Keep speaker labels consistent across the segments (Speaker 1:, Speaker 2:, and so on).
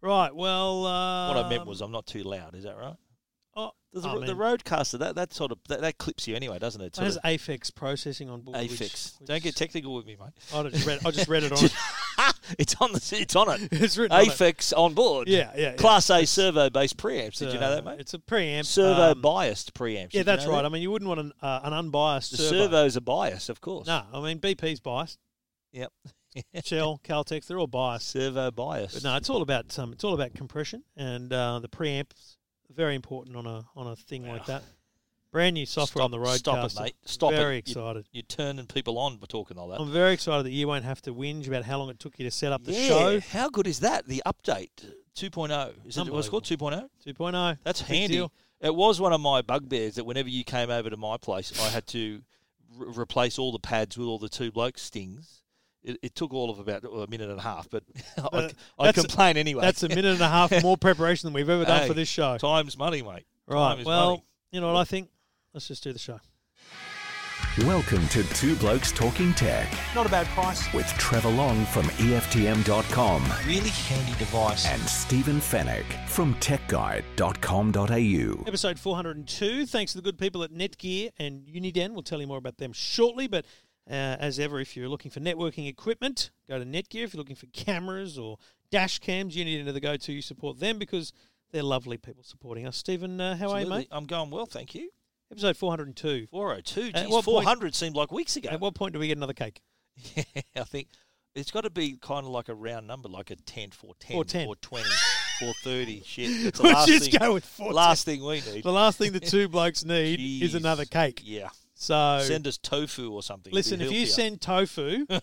Speaker 1: Right. Well, uh,
Speaker 2: what I meant was I'm not too loud. Is that right?
Speaker 1: oh,
Speaker 2: Does Um, the,
Speaker 1: I
Speaker 2: ro- the
Speaker 1: mean-
Speaker 2: roadcaster that that sort of that, that clips you anyway, doesn't it? It
Speaker 1: That
Speaker 2: Sort
Speaker 1: has
Speaker 2: of
Speaker 1: Aphex processing on board. which-
Speaker 2: affix.
Speaker 1: which-
Speaker 2: Don't get technical with me, mate.
Speaker 1: I just read. I just read it on.
Speaker 2: It's on the it's on it.
Speaker 1: it's written on it.
Speaker 2: Afex on board.
Speaker 1: Yeah, yeah, yeah.
Speaker 2: Class A servo based preamps. Did you know that,
Speaker 1: Uh,
Speaker 2: mate?
Speaker 1: It's a preamp.
Speaker 2: Servo
Speaker 1: um,
Speaker 2: biased preamps.
Speaker 1: Yeah,
Speaker 2: Did you
Speaker 1: that's
Speaker 2: know
Speaker 1: right.
Speaker 2: that?
Speaker 1: I mean, you wouldn't want an, uh, an unbiased
Speaker 2: The
Speaker 1: servo.
Speaker 2: servos are biased, of course.
Speaker 1: No, I mean BP's biased.
Speaker 2: Yep.
Speaker 1: Shell, Caltex, they're all biased.
Speaker 2: Servo
Speaker 1: But
Speaker 2: biased.
Speaker 1: no, it's all about um, it's all about compression and uh, the preamps. are Very important on a on a thing like that. Brand new software
Speaker 2: Stop-
Speaker 1: on the roadcaster.
Speaker 2: Stop it, mate. Stop
Speaker 1: very
Speaker 2: it. You-
Speaker 1: excited.
Speaker 2: You're turning people on by talking like that.
Speaker 1: I'm very excited that you won't have to whinge about how long it took you to set up the
Speaker 2: yeah.
Speaker 1: show.
Speaker 2: How good is that? The update 2.0. Is it what's
Speaker 1: Unbelievable.
Speaker 2: called oh? 2.0?
Speaker 1: 2.0.
Speaker 2: That's
Speaker 1: Big
Speaker 2: handy.
Speaker 1: deal.
Speaker 2: It was one of my bugbears that whenever you came over to my place, I had to re- replace all the pads with all the two bloke stings. It, it took all of about well, a minute and a half, but I,
Speaker 1: But
Speaker 2: I
Speaker 1: that's-
Speaker 2: complain anyway.
Speaker 1: That's a minute and a half more preparation than we've ever done
Speaker 2: Hey,
Speaker 1: for this show.
Speaker 2: Time's money, mate. Time
Speaker 1: Right.
Speaker 2: is
Speaker 1: Well,
Speaker 2: money.
Speaker 1: you know what I think? Let's just do the show.
Speaker 3: Welcome to Two Blokes Talking Tech
Speaker 4: Not a bad price.
Speaker 3: with Trevor Long from E EFTM.com
Speaker 4: Really handy device.
Speaker 3: and Stephen Fennec from TechGuide.com.au.
Speaker 1: Episode 402. Thanks to the good people at Netgear and Uniden. We'll tell you more about them shortly. But uh, as ever, if you're looking for networking equipment, go to Netgear. If you're looking for cameras or dash cams, Uniden are the go to. You support them because they're lovely people supporting us. Stephen, uh, how are you,
Speaker 2: Absolutely.
Speaker 1: mate?
Speaker 2: I'm going well, thank you.
Speaker 1: Episode 402.
Speaker 2: 402.
Speaker 1: At
Speaker 2: Geez,
Speaker 1: what point-
Speaker 2: 400 seemed like weeks ago.
Speaker 1: At what point do we get another cake?
Speaker 2: Yeah, I think it's got to be kind of like a round number, like a 10, 410,
Speaker 1: 410.
Speaker 2: 420, 430. Shit. It's the
Speaker 1: Let's
Speaker 2: last
Speaker 1: just
Speaker 2: thing,
Speaker 1: go with 410.
Speaker 2: last thing we need.
Speaker 1: The last thing the two blokes need is
Speaker 2: Jeez.
Speaker 1: another cake.
Speaker 2: Yeah.
Speaker 1: So
Speaker 2: Send us tofu or something. It'd be
Speaker 1: Listen, if you
Speaker 2: healthier.
Speaker 1: send tofu, I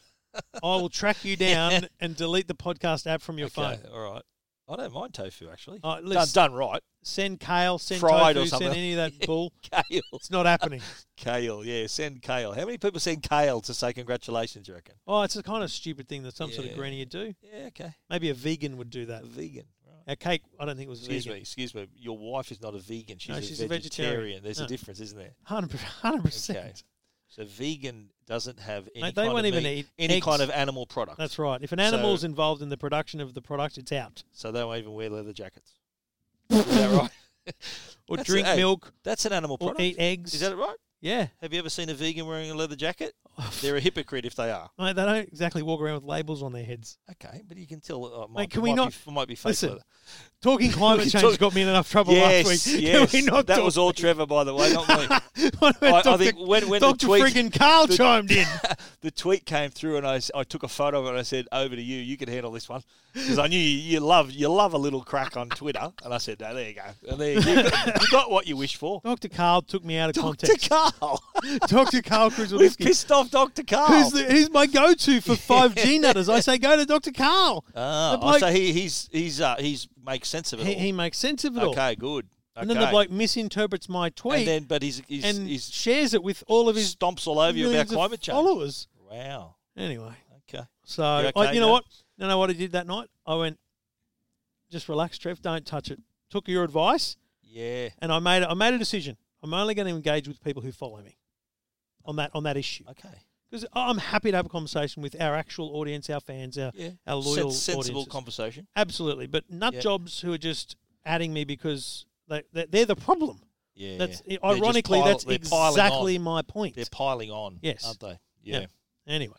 Speaker 1: will track you down and delete the podcast app from your
Speaker 2: Okay,
Speaker 1: phone.
Speaker 2: all right. I don't mind tofu, actually.
Speaker 1: Uh,
Speaker 2: done,
Speaker 1: let's-
Speaker 2: done right.
Speaker 1: Send kale, send
Speaker 2: Fried or
Speaker 1: tofu, send
Speaker 2: something.
Speaker 1: any of that bull.
Speaker 2: Kale.
Speaker 1: It's not happening.
Speaker 2: Kale, yeah. Send kale. How many people send kale to say congratulations, you reckon?
Speaker 1: Oh, it's a kind of stupid thing that some sort of
Speaker 2: Yeah.
Speaker 1: granny would do.
Speaker 2: Yeah, okay.
Speaker 1: Maybe a vegan would do that.
Speaker 2: A vegan. Right.
Speaker 1: Our cake, I don't think it was
Speaker 2: Excuse
Speaker 1: vegan.
Speaker 2: me, excuse me. Your wife is not a vegan. She's,
Speaker 1: No,
Speaker 2: a,
Speaker 1: she's a
Speaker 2: vegetarian.
Speaker 1: vegetarian.
Speaker 2: There's
Speaker 1: No.
Speaker 2: a difference, isn't there?
Speaker 1: 100 percent.
Speaker 2: Okay. So vegan doesn't have any.
Speaker 1: Mate, they
Speaker 2: kind
Speaker 1: won't
Speaker 2: of
Speaker 1: even
Speaker 2: meat-
Speaker 1: eat
Speaker 2: any kind
Speaker 1: eggs.
Speaker 2: of animal product.
Speaker 1: That's right. If an animal's
Speaker 2: So-
Speaker 1: involved in the production of the product, it's out.
Speaker 2: So they won't even wear leather jackets. Is that right?
Speaker 1: Or
Speaker 2: That's-
Speaker 1: drink
Speaker 2: hey,
Speaker 1: milk,
Speaker 2: That's an animal
Speaker 1: or
Speaker 2: product.
Speaker 1: eat eggs.
Speaker 2: Is that right?
Speaker 1: yeah.
Speaker 2: Have you ever seen a vegan wearing a leather jacket? They're a hypocrite if they are.
Speaker 1: Mate, they don't exactly walk around with labels on their heads.
Speaker 2: Okay, but you can tell. Oh, it might,
Speaker 1: Mate, can
Speaker 2: it
Speaker 1: we
Speaker 2: might
Speaker 1: not-
Speaker 2: Be, it might be fake
Speaker 1: Listen,
Speaker 2: leather.
Speaker 1: Talking climate change
Speaker 2: Talk-
Speaker 1: got me in enough trouble
Speaker 2: yes,
Speaker 1: last week.
Speaker 2: yes.
Speaker 1: Can we not
Speaker 2: that
Speaker 1: talk-
Speaker 2: was all Trevor, by the way, not me.
Speaker 1: What about
Speaker 2: I- I
Speaker 1: Dr.
Speaker 2: think when- when the
Speaker 1: Dr.
Speaker 2: tweet-
Speaker 1: friggin' Carl
Speaker 2: the-
Speaker 1: chimed in.
Speaker 2: the tweet came through, and I, s- I took a photo of it. and I said, "Over to you. You can handle this one," because I knew you, you love you love a little crack on Twitter. And I said, no, "There you go. And there you, go. you got what you wish for."
Speaker 1: Dr. Carl took me out of
Speaker 2: Doctor
Speaker 1: context.
Speaker 2: Carl,
Speaker 1: Dr. Carl
Speaker 2: we've
Speaker 1: Krzyzewski.
Speaker 2: pissed off Doctor Carl.
Speaker 1: Who's, the, who's my go-to for 5G nutters? I say go to Dr. Carl.
Speaker 2: Ah,
Speaker 1: The
Speaker 2: oh,
Speaker 1: bloke-
Speaker 2: so he, he's he's uh, he's makes sense of it
Speaker 1: he,
Speaker 2: all.
Speaker 1: he makes sense of it all.
Speaker 2: okay, good.
Speaker 1: And then the
Speaker 2: Okay.
Speaker 1: bloke misinterprets my tweet and,
Speaker 2: and then but he's he's, he's
Speaker 1: shares it with all of his
Speaker 2: stomps all over you about
Speaker 1: millions of
Speaker 2: climate change.
Speaker 1: followers.
Speaker 2: Wow.
Speaker 1: Anyway,
Speaker 2: Okay.
Speaker 1: so
Speaker 2: You
Speaker 1: I,
Speaker 2: okay,
Speaker 1: you know
Speaker 2: Joe?
Speaker 1: what? You know what I did that night? I went, just relax, Trev. Don't touch it. Took your advice.
Speaker 2: Yeah.
Speaker 1: and I made I made a decision. I'm only going to engage with people who follow me on that on that issue
Speaker 2: Okay.
Speaker 1: because I'm happy to have a conversation with our actual audience, our fans, our,
Speaker 2: Yeah.
Speaker 1: our loyal
Speaker 2: Sen- sensible
Speaker 1: audiences.
Speaker 2: conversation.
Speaker 1: Absolutely, but nut
Speaker 2: Yeah.
Speaker 1: jobs who are just adding me because they, they they're the problem.
Speaker 2: Yeah.
Speaker 1: That's
Speaker 2: They're just
Speaker 1: ironically
Speaker 2: pile-
Speaker 1: that's
Speaker 2: they're piling
Speaker 1: exactly
Speaker 2: on.
Speaker 1: my point.
Speaker 2: they're piling on.
Speaker 1: Yes.
Speaker 2: Aren't they?
Speaker 1: Yeah.
Speaker 2: Yeah.
Speaker 1: Anyway,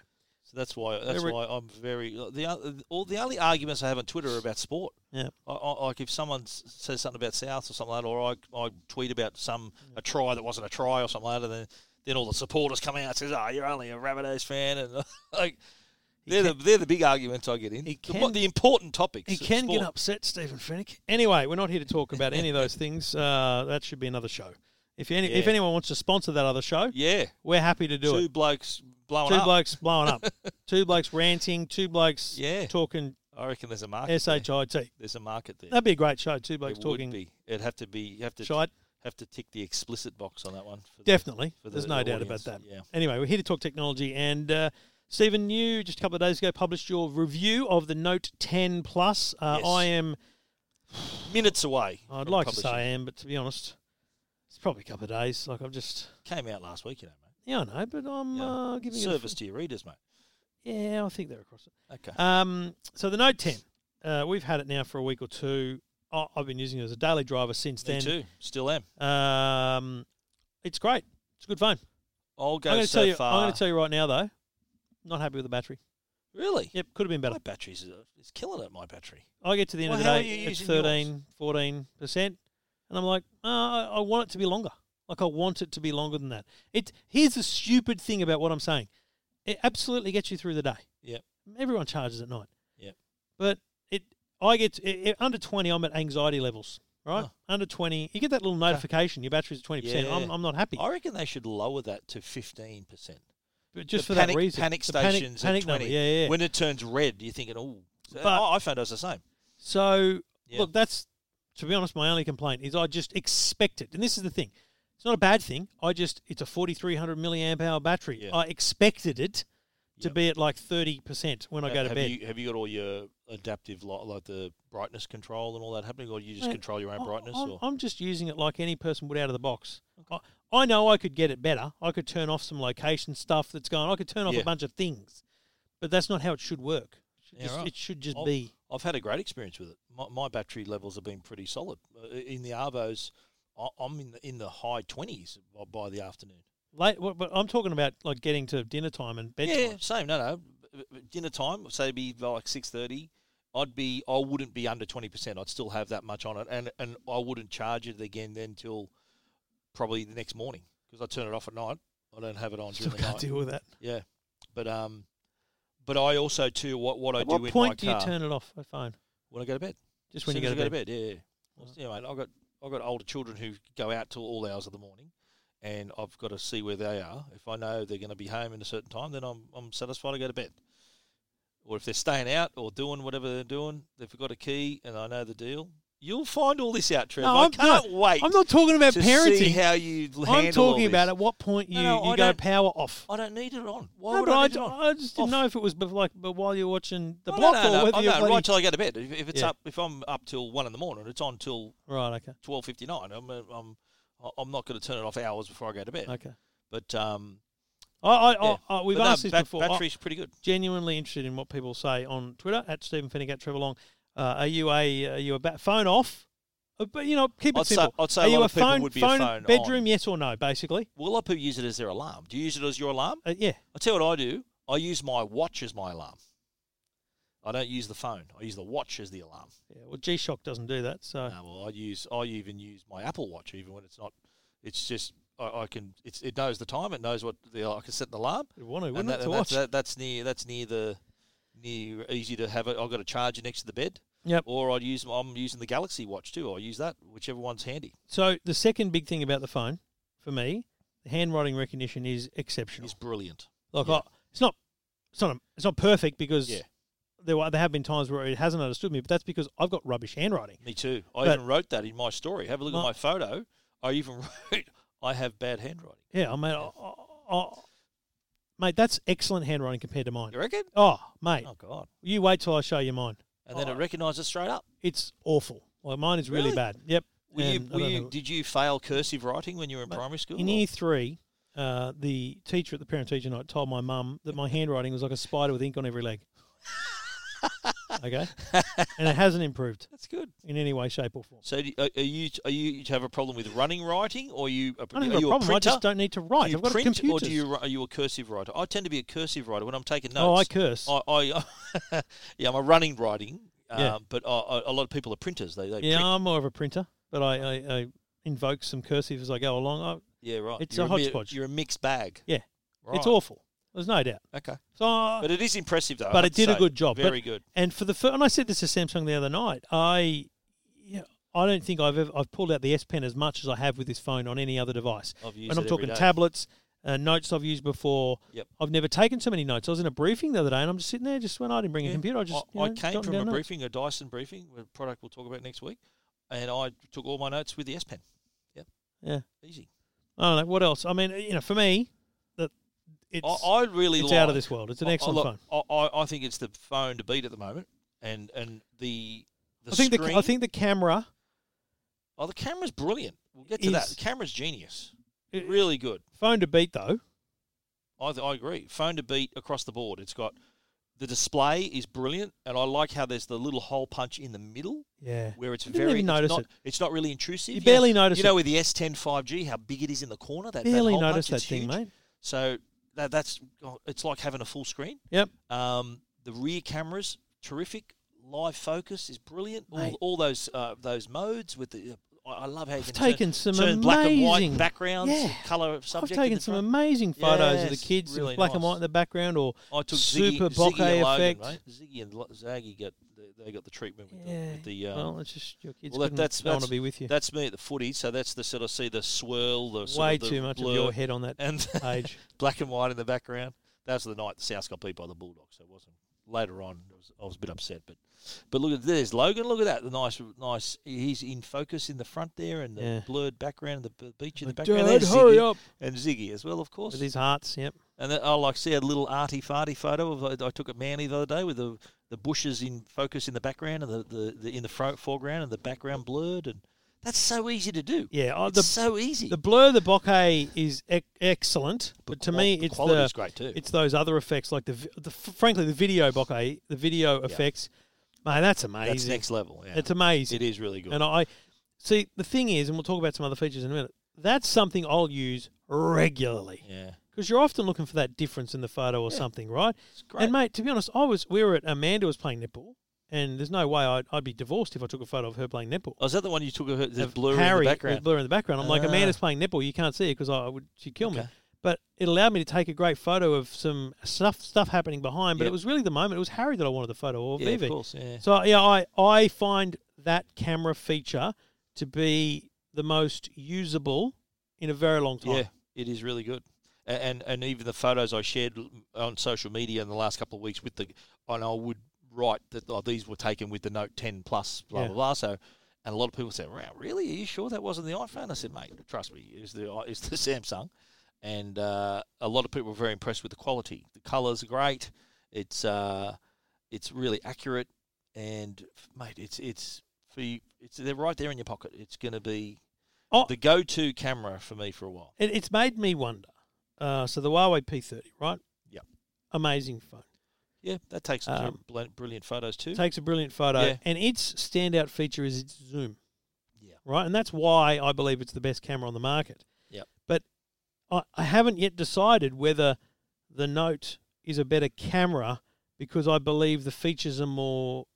Speaker 2: So that's why that's
Speaker 1: They're-
Speaker 2: why I'm very the o- all the only arguments I have on Twitter are about sport.
Speaker 1: yeah,
Speaker 2: I, I, like if someone s- says something about South or something like that, or I, I tweet about some a try that wasn't a try or something like that, and then, then all the supporters come out and says, "Oh, you're only a Rabbitohs fan," and like they're the they're the big arguments I get in.
Speaker 1: He
Speaker 2: The-
Speaker 1: can-
Speaker 2: what- the important topics.
Speaker 1: he
Speaker 2: of
Speaker 1: can get
Speaker 2: sport.
Speaker 1: upset, Stephen Fennick. Anyway, we're not here to talk about any of those things. Uh, that should be another show. If any, if
Speaker 2: Yeah.
Speaker 1: anyone wants to sponsor that other show,
Speaker 2: Yeah,
Speaker 1: we're happy to do
Speaker 2: two
Speaker 1: it.
Speaker 2: blokes blowing
Speaker 1: two
Speaker 2: up.
Speaker 1: blokes blowing up, two blokes ranting, two blokes
Speaker 2: Yeah.
Speaker 1: talking
Speaker 2: I reckon there's a market.
Speaker 1: shit.
Speaker 2: there.
Speaker 1: That'd
Speaker 2: There's a market there.
Speaker 1: be a great show. Two
Speaker 2: it
Speaker 1: blokes
Speaker 2: would
Speaker 1: talking
Speaker 2: be. It'd have to be. You have to
Speaker 1: shite.
Speaker 2: have to tick the explicit box on that one. For the-
Speaker 1: Definitely,
Speaker 2: for
Speaker 1: there's
Speaker 2: the
Speaker 1: no doubt about that.
Speaker 2: audience, yeah.
Speaker 1: Anyway, we're here to talk technology, and uh, Stephen, you just a couple of days ago published your review of the Note 10 Plus. Uh,
Speaker 2: Yes.
Speaker 1: I am.
Speaker 2: minutes away.
Speaker 1: I'd
Speaker 2: from
Speaker 1: like to say
Speaker 2: publishing.
Speaker 1: I am, but to be honest, it's probably a couple of days. Like I'm just.
Speaker 2: came out last week, you know, mate.
Speaker 1: Yeah, I know, but I'm
Speaker 2: Yeah.
Speaker 1: uh, giving
Speaker 2: Service
Speaker 1: It
Speaker 2: to your readers, mate.
Speaker 1: a, yeah, I think they're across it.
Speaker 2: Okay.
Speaker 1: Um, so the Note 10. uh, we've had it now for a week or two. I I've been using it as a daily driver since
Speaker 2: Me
Speaker 1: then.
Speaker 2: too. Still am.
Speaker 1: Um, it's great. It's a good phone.
Speaker 2: I'll
Speaker 1: I'm
Speaker 2: go
Speaker 1: going to
Speaker 2: so
Speaker 1: tell you.
Speaker 2: far.
Speaker 1: I'm going to tell you right now though. Not happy with the battery.
Speaker 2: really?
Speaker 1: Yep, could have been better.
Speaker 2: My battery's it's killing it. My battery.
Speaker 1: I get to the end
Speaker 2: Well,
Speaker 1: of the
Speaker 2: how are
Speaker 1: day,
Speaker 2: you
Speaker 1: it's
Speaker 2: using yours?
Speaker 1: 13, 14 percent, and I'm like, uh, I, I want it to be longer. Like I want it to be longer than that. It here's the stupid thing about what I'm saying. It absolutely gets you through the day.
Speaker 2: Yep.
Speaker 1: Everyone charges at night.
Speaker 2: Yep.
Speaker 1: But it, I get it, it- under 20. I'm at anxiety levels. Right.
Speaker 2: Oh.
Speaker 1: Under 20, you get that little notification. Your battery's at 20. percent
Speaker 2: Yeah.
Speaker 1: I'm, I'm not happy.
Speaker 2: I reckon they should lower that to fifteen percent.
Speaker 1: But just
Speaker 2: the
Speaker 1: for
Speaker 2: panic,
Speaker 1: that reason,
Speaker 2: panic
Speaker 1: The panic-
Speaker 2: stations
Speaker 1: panic
Speaker 2: at
Speaker 1: number,
Speaker 2: twenty.
Speaker 1: Yeah, yeah. yeah.
Speaker 2: When it turns red, you're thinking, oh.
Speaker 1: But-
Speaker 2: I, I found it was the same.
Speaker 1: So
Speaker 2: Yeah.
Speaker 1: look, that's to be honest, my only complaint is I just expect it, and this is the thing. It's not a bad thing. I just it's a forty three hundred milliamp hour battery.
Speaker 2: Yeah.
Speaker 1: I expected it to
Speaker 2: Yep.
Speaker 1: be at like thirty percent when I go to
Speaker 2: have
Speaker 1: bed.
Speaker 2: You, have you got all your adaptive light, like the brightness control and all that happening, or you just
Speaker 1: Mate,
Speaker 2: control your own
Speaker 1: I-
Speaker 2: brightness?
Speaker 1: I'm,
Speaker 2: or
Speaker 1: I'm just using it like any person would out of the box. I, I know I could get it better. I could turn off some location stuff that's going. I could turn off
Speaker 2: Yeah.
Speaker 1: a bunch of things, but that's not how it should work. It should
Speaker 2: Yeah,
Speaker 1: just,
Speaker 2: right.
Speaker 1: It should just
Speaker 2: I'll-
Speaker 1: be.
Speaker 2: I've had a great experience with it. My, my battery levels have been pretty solid. Uh, In the Arvos, I- I'm in the, in the high 20s by- by the afternoon.
Speaker 1: Late, well, but I'm talking about like getting to dinner time and bedtime.
Speaker 2: Yeah, same. No, no. B- b- Dinner time, say it'd be like 6.30, I'd be, I wouldn't be under 20%. I'd still have that much on it. And, and I wouldn't charge it again then till probably the next morning because I turn it off at night. I don't have it on
Speaker 1: Still
Speaker 2: during the
Speaker 1: can't
Speaker 2: night.
Speaker 1: deal with that.
Speaker 2: Yeah, but um, but I also too what what I
Speaker 1: At
Speaker 2: do
Speaker 1: what
Speaker 2: in
Speaker 1: point do
Speaker 2: my
Speaker 1: you
Speaker 2: car
Speaker 1: turn it off? My phone.
Speaker 2: when I go to bed.
Speaker 1: Just
Speaker 2: As
Speaker 1: when you
Speaker 2: soon
Speaker 1: go
Speaker 2: as
Speaker 1: to
Speaker 2: I
Speaker 1: bed.
Speaker 2: Yeah, yeah. Well, you know, mate, I've got I've got older children who go out till all hours of the morning, and I've got to see where they are. If I know they're going to be home in a certain time, then I'm I'm satisfied to go to bed. Or if they're staying out or doing whatever they're doing, they've got a key, and I know the deal. You'll find all this out, Trev.
Speaker 1: No,
Speaker 2: I
Speaker 1: I'm not-
Speaker 2: can't wait.
Speaker 1: I'm not talking about
Speaker 2: to See
Speaker 1: parenting.
Speaker 2: how you handle
Speaker 1: I'm talking
Speaker 2: all this.
Speaker 1: about at what point you,
Speaker 2: No, no,
Speaker 1: you
Speaker 2: I
Speaker 1: go
Speaker 2: don't-
Speaker 1: power off.
Speaker 2: I don't need it on. Why
Speaker 1: No,
Speaker 2: would
Speaker 1: but
Speaker 2: I
Speaker 1: I,
Speaker 2: need it
Speaker 1: ju-
Speaker 2: on?
Speaker 1: I just didn't
Speaker 2: Off.
Speaker 1: know if it was bef- like but while you're watching the
Speaker 2: No,
Speaker 1: block
Speaker 2: no, no,
Speaker 1: or
Speaker 2: no.
Speaker 1: whether
Speaker 2: I
Speaker 1: you're
Speaker 2: know,
Speaker 1: bloody-
Speaker 2: right till I go to bed. If, if it's
Speaker 1: Yeah.
Speaker 2: up, if I'm up till one in the morning, it's on till
Speaker 1: right. Okay.
Speaker 2: twelve fifty nine. I'm, uh, I'm, I'm not going to turn it off hours before I go to bed.
Speaker 1: Okay.
Speaker 2: But um,
Speaker 1: I, I,
Speaker 2: yeah.
Speaker 1: I, I, we've
Speaker 2: But no,
Speaker 1: asked this
Speaker 2: bat-
Speaker 1: before. Oh.
Speaker 2: Battery's pretty good.
Speaker 1: I'm genuinely interested in what people say on Twitter at Stephen Finnick at Trevor Long. Uh, are you a are you a ba- phone off? Uh, But you know, keep it
Speaker 2: I'd say-
Speaker 1: simple.
Speaker 2: I'd say
Speaker 1: are
Speaker 2: a
Speaker 1: you
Speaker 2: lot
Speaker 1: a
Speaker 2: of people
Speaker 1: phone
Speaker 2: would be a
Speaker 1: phone,
Speaker 2: phone
Speaker 1: bedroom?
Speaker 2: on.
Speaker 1: Yes or no, basically.
Speaker 2: Will I people use it as their alarm? Do you use it as your alarm?
Speaker 1: Uh, yeah.
Speaker 2: I tell you what I do. I use my watch as my alarm. I don't use the phone. I use the watch as the alarm.
Speaker 1: Yeah. Well, G Shock doesn't do that, so
Speaker 2: No, well, I use I even use my Apple Watch even when it's not. It's just I, I can. It's, it knows the time. It knows what the I can set the alarm.
Speaker 1: you'd want to,
Speaker 2: And
Speaker 1: wouldn't it,
Speaker 2: that-
Speaker 1: to
Speaker 2: and that's,
Speaker 1: watch?
Speaker 2: that, that's near. That's near the near easy to have it. I've got a charger next to the bed.
Speaker 1: Yep.
Speaker 2: Or I'd use. I'm using the Galaxy Watch too. I use that, whichever one's handy.
Speaker 1: So the second big thing about the phone for me, the handwriting recognition is exceptional.
Speaker 2: It's brilliant.
Speaker 1: Like
Speaker 2: yeah.
Speaker 1: I, it's not, it's not, it's not perfect because
Speaker 2: Yeah.
Speaker 1: there were, there have been times where it hasn't understood me, but that's because I've got rubbish handwriting.
Speaker 2: Me too. I
Speaker 1: But-
Speaker 2: even wrote that in my story. Have a look
Speaker 1: My-
Speaker 2: at my photo. I even wrote. I have bad handwriting.
Speaker 1: Yeah, I mean, I, I, I, mate, that's excellent handwriting compared to mine.
Speaker 2: You reckon?
Speaker 1: Oh, mate,
Speaker 2: Oh God!
Speaker 1: you wait till I show you mine.
Speaker 2: And then
Speaker 1: Oh.
Speaker 2: it recognises straight up.
Speaker 1: It's awful. Like mine is really,
Speaker 2: Really?
Speaker 1: bad. Yep.
Speaker 2: Were you,
Speaker 1: And I
Speaker 2: were
Speaker 1: don't
Speaker 2: you-
Speaker 1: know-
Speaker 2: did you fail cursive writing when you were in primary school?
Speaker 1: in
Speaker 2: or-
Speaker 1: year three, uh, the teacher at the parent teacher night told my mum that my handwriting was like a spider with ink on every leg. okay, and it hasn't improved.
Speaker 2: That's good.
Speaker 1: in any way, shape, or form.
Speaker 2: So do, are, are you? Are you to have a problem with running writing, or you? Are,
Speaker 1: I don't
Speaker 2: are
Speaker 1: have a
Speaker 2: you
Speaker 1: problem. I
Speaker 2: printer?
Speaker 1: just don't need to
Speaker 2: Do
Speaker 1: write.
Speaker 2: you
Speaker 1: I've got a
Speaker 2: print
Speaker 1: computer.
Speaker 2: or do you ri- are you a cursive writer? I tend to be a cursive writer when I'm taking
Speaker 1: oh, I
Speaker 2: notes.
Speaker 1: curse.
Speaker 2: I, I, uh, yeah, I'm a running writing, um,
Speaker 1: Yeah.
Speaker 2: but I, I, a lot of people are printers. They, they
Speaker 1: yeah,
Speaker 2: print.
Speaker 1: I'm more of a printer, but I, I, I invoke some cursive as I go along. I,
Speaker 2: yeah, right.
Speaker 1: it's
Speaker 2: you're
Speaker 1: a
Speaker 2: mi-
Speaker 1: hodgepodge.
Speaker 2: you're a mixed bag.
Speaker 1: Yeah.
Speaker 2: right.
Speaker 1: It's awful. There's no doubt.
Speaker 2: okay.
Speaker 1: So, I-
Speaker 2: But it is impressive though. I
Speaker 1: But
Speaker 2: have
Speaker 1: it
Speaker 2: to
Speaker 1: did a
Speaker 2: say.
Speaker 1: good job. But-
Speaker 2: Very good.
Speaker 1: and for the fir- and I said this to Samsung the other night. I, yeah, I don't think I've ever I've pulled out the S Pen as much as I have with this phone on any other device.
Speaker 2: I've
Speaker 1: and
Speaker 2: used it
Speaker 1: I'm
Speaker 2: every
Speaker 1: talking
Speaker 2: day.
Speaker 1: tablets, uh, notes I've used before.
Speaker 2: Yep.
Speaker 1: I've never taken so many notes. I was in a briefing the other day, and I'm just sitting there, just when I didn't bring a
Speaker 2: Yeah.
Speaker 1: computer, I just
Speaker 2: I,
Speaker 1: you
Speaker 2: I
Speaker 1: know,
Speaker 2: came
Speaker 1: jotting
Speaker 2: from a
Speaker 1: down notes.
Speaker 2: briefing, a Dyson briefing, a product we'll talk about next week, and I took all my notes with the S Pen. Yep.
Speaker 1: Yeah.
Speaker 2: Easy.
Speaker 1: I don't know what else. I mean, you know, for me, that it's
Speaker 2: I, I really
Speaker 1: it's
Speaker 2: like,
Speaker 1: out of this world. It's an
Speaker 2: I- I
Speaker 1: excellent
Speaker 2: look-
Speaker 1: phone.
Speaker 2: I, I, I think it's the phone to beat at the moment, and and the the
Speaker 1: I think
Speaker 2: screen.
Speaker 1: the I think the camera
Speaker 2: oh, the camera's brilliant. We'll get to that.
Speaker 1: is-
Speaker 2: The camera's genius.
Speaker 1: It-
Speaker 2: really good.
Speaker 1: phone to beat though.
Speaker 2: I, th- I agree. Phone to beat across the board. It's got The display is brilliant, and I like how there's the little hole punch in the middle
Speaker 1: Yeah.
Speaker 2: where it's
Speaker 1: I didn't
Speaker 2: very
Speaker 1: even
Speaker 2: it's
Speaker 1: notice
Speaker 2: not,
Speaker 1: it.
Speaker 2: It's not really intrusive.
Speaker 1: You barely notice
Speaker 2: You know
Speaker 1: it.
Speaker 2: with the S10 5G how big it is in the corner. That that
Speaker 1: Barely
Speaker 2: hole punch,
Speaker 1: noticed that
Speaker 2: it's
Speaker 1: thing,
Speaker 2: huge.
Speaker 1: mate.
Speaker 2: So that, that's oh, it's like having a full screen.
Speaker 1: Yep.
Speaker 2: Um, the rear cameras, terrific. Live focus is brilliant.
Speaker 1: Mate.
Speaker 2: All, all those uh, those modes with the. uh, I I love how you can
Speaker 1: taken
Speaker 2: turn,
Speaker 1: some
Speaker 2: turn black and
Speaker 1: amazing-
Speaker 2: white backgrounds,
Speaker 1: Yeah.
Speaker 2: color subject.
Speaker 1: I've
Speaker 2: in
Speaker 1: taken
Speaker 2: the
Speaker 1: some
Speaker 2: front.
Speaker 1: amazing photos of the
Speaker 2: Yes,
Speaker 1: kids in
Speaker 2: really
Speaker 1: black and
Speaker 2: nice.
Speaker 1: white in the background or
Speaker 2: I took
Speaker 1: super
Speaker 2: Ziggy,
Speaker 1: bokeh
Speaker 2: Ziggy and
Speaker 1: effect.
Speaker 2: Logan, mate. Ziggy and Lo- Zaggy got they, they got the treatment with
Speaker 1: Yeah.
Speaker 2: the, with the um,
Speaker 1: well, it's just your kids
Speaker 2: well, that-
Speaker 1: couldn't-
Speaker 2: that's-
Speaker 1: don't want to
Speaker 2: that's-
Speaker 1: be with you.
Speaker 2: That's me at the footy, so that's the sort of see the swirl, the sort
Speaker 1: Way
Speaker 2: of the
Speaker 1: too much
Speaker 2: blur
Speaker 1: of your head on that
Speaker 2: and
Speaker 1: page.
Speaker 2: black and white in the background. That was the night the South got beat by the Bulldogs. So it wasn't later on. It was, I was a bit upset, but but look at there's Logan. Look at that, the nice nice. He's in focus in the front there, and the
Speaker 1: Yeah.
Speaker 2: blurred background, and the b- beach in the
Speaker 1: Like,
Speaker 2: background.
Speaker 1: "Dad,
Speaker 2: There's
Speaker 1: hurry
Speaker 2: Ziggy
Speaker 1: up.
Speaker 2: and Ziggy as well, of course.
Speaker 1: With his hearts, yep.
Speaker 2: And then I like see a little arty farty photo of I, I took at Manly the other day with the the bushes in focus in the background and the, the, the in the front foreground and the background blurred and that's so easy to do.
Speaker 1: Yeah, oh,
Speaker 2: it's
Speaker 1: the-
Speaker 2: so easy.
Speaker 1: The blur, the bokeh is ec- excellent, but to
Speaker 2: qual-
Speaker 1: me,
Speaker 2: the
Speaker 1: it's
Speaker 2: quality
Speaker 1: the
Speaker 2: is great too.
Speaker 1: It's those other effects, like the, vi- the frankly, the video bokeh, the video effects. Man, that's amazing.
Speaker 2: that's next level. Yeah.
Speaker 1: It's amazing.
Speaker 2: It is really good.
Speaker 1: And I see the thing is, and we'll talk about some other features in a minute. That's something I'll use regularly
Speaker 2: yeah.
Speaker 1: because you're often looking for that difference in the photo or something, right?
Speaker 2: great.
Speaker 1: And mate, to be honest, I was we were at Amanda was playing netball, and there's no way I'd, I'd be divorced if I took a photo of her playing netball.
Speaker 2: Oh, is that the one you took of her- the
Speaker 1: Of
Speaker 2: blur
Speaker 1: Harry,
Speaker 2: in the
Speaker 1: there's
Speaker 2: background?
Speaker 1: blur in the background. I'm like,
Speaker 2: Ah.
Speaker 1: Amanda's playing netball. You can't see it because I I would she'd kill me.
Speaker 2: Okay.
Speaker 1: But it allowed me to take a great photo of some stuff stuff happening behind. But it
Speaker 2: Yep.
Speaker 1: was really the moment. It was Harry that I wanted the photo of
Speaker 2: yeah,
Speaker 1: Vivi.
Speaker 2: of course. Yeah.
Speaker 1: So yeah, I I find that camera feature to be the most usable in a very long time.
Speaker 2: Yeah, it is really good. A- And and even the photos I shared l- on social media in the last couple of weeks with the, and I would write that oh, these were taken with the Note 10 Plus, blah
Speaker 1: Yeah.
Speaker 2: blah blah. So, and a lot of people said, "Wow, really? Are you sure that wasn't the iPhone?" I said, "Mate, trust me, it's the i- it's the Samsung." And uh, a lot of people were very impressed with the quality. The colors are great. It's uh, it's really accurate, and mate, it's it's for you, it's they're right there in your pocket. It's going to be
Speaker 1: Oh.
Speaker 2: the go-to camera for me for a while.
Speaker 1: It, it's made me wonder. Uh, so the Huawei P30, right?
Speaker 2: Yep.
Speaker 1: Amazing phone.
Speaker 2: Yeah, that takes some
Speaker 1: Um,
Speaker 2: bl- brilliant photos too.
Speaker 1: Takes a brilliant photo,
Speaker 2: Yeah.
Speaker 1: and its standout feature is its zoom.
Speaker 2: Yeah.
Speaker 1: Right, and that's why I believe it's the best camera on the market.
Speaker 2: Yep.
Speaker 1: But I, I haven't yet decided whether the Note is a better camera because I believe the features are more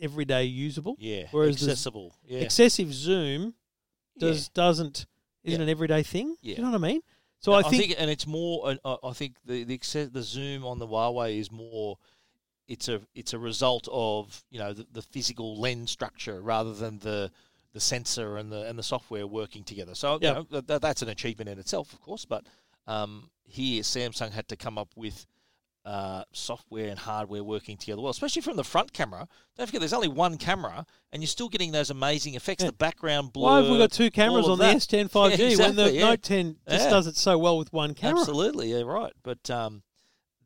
Speaker 1: everyday usable.
Speaker 2: yeah,
Speaker 1: Whereas the-
Speaker 2: accessible. Yeah,
Speaker 1: Excessive zoom does doesn't isn't
Speaker 2: Yeah.
Speaker 1: an everyday thing. Do
Speaker 2: Yeah.
Speaker 1: You know what I mean? So
Speaker 2: No,
Speaker 1: I think,
Speaker 2: and it's more. I- I, I think the the, acce- the zoom on the Huawei is more. It's a it's a result of you know the, the physical lens structure rather than the the sensor and the and the software working together. So
Speaker 1: Yeah.
Speaker 2: you know, th- th- that's an achievement in itself, of course. But um, here, Samsung had to come up with uh, software and hardware working together well, especially from the front camera. Don't forget, there's only one camera, and you're still getting those amazing effects,
Speaker 1: Yeah.
Speaker 2: the background blur.
Speaker 1: why have we got two cameras
Speaker 2: all
Speaker 1: on
Speaker 2: of
Speaker 1: the
Speaker 2: that.
Speaker 1: S10 5G
Speaker 2: Yeah,
Speaker 1: when the
Speaker 2: exactly, yeah.
Speaker 1: Note 10 just
Speaker 2: Yeah.
Speaker 1: does it so well with one camera?
Speaker 2: Absolutely, yeah, right. But um,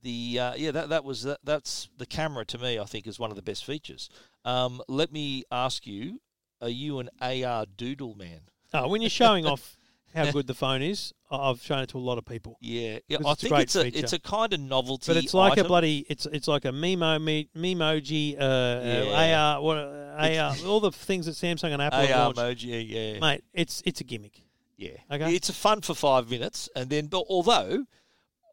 Speaker 2: the uh, yeah, that that was that, that's the camera to me. I think is one of the best features. Um, let me ask you: Are you an AR doodle man?
Speaker 1: Oh, when you're showing off how good the phone is, I- I've shown it to a lot of people.
Speaker 2: Yeah, yeah.
Speaker 1: 'Cause it's
Speaker 2: I
Speaker 1: a
Speaker 2: think
Speaker 1: great
Speaker 2: it's a
Speaker 1: feature.
Speaker 2: it's a kind of novelty.
Speaker 1: But it's like
Speaker 2: item.
Speaker 1: a bloody it's it's like a memo me, memoji uh,
Speaker 2: Yeah.
Speaker 1: uh, AR what uh, AR all the things that Samsung and Apple have
Speaker 2: AR
Speaker 1: launched.
Speaker 2: emoji. Yeah,
Speaker 1: Mate, it's it's a gimmick.
Speaker 2: yeah.
Speaker 1: Okay.
Speaker 2: It's a fun for five minutes, and then but although.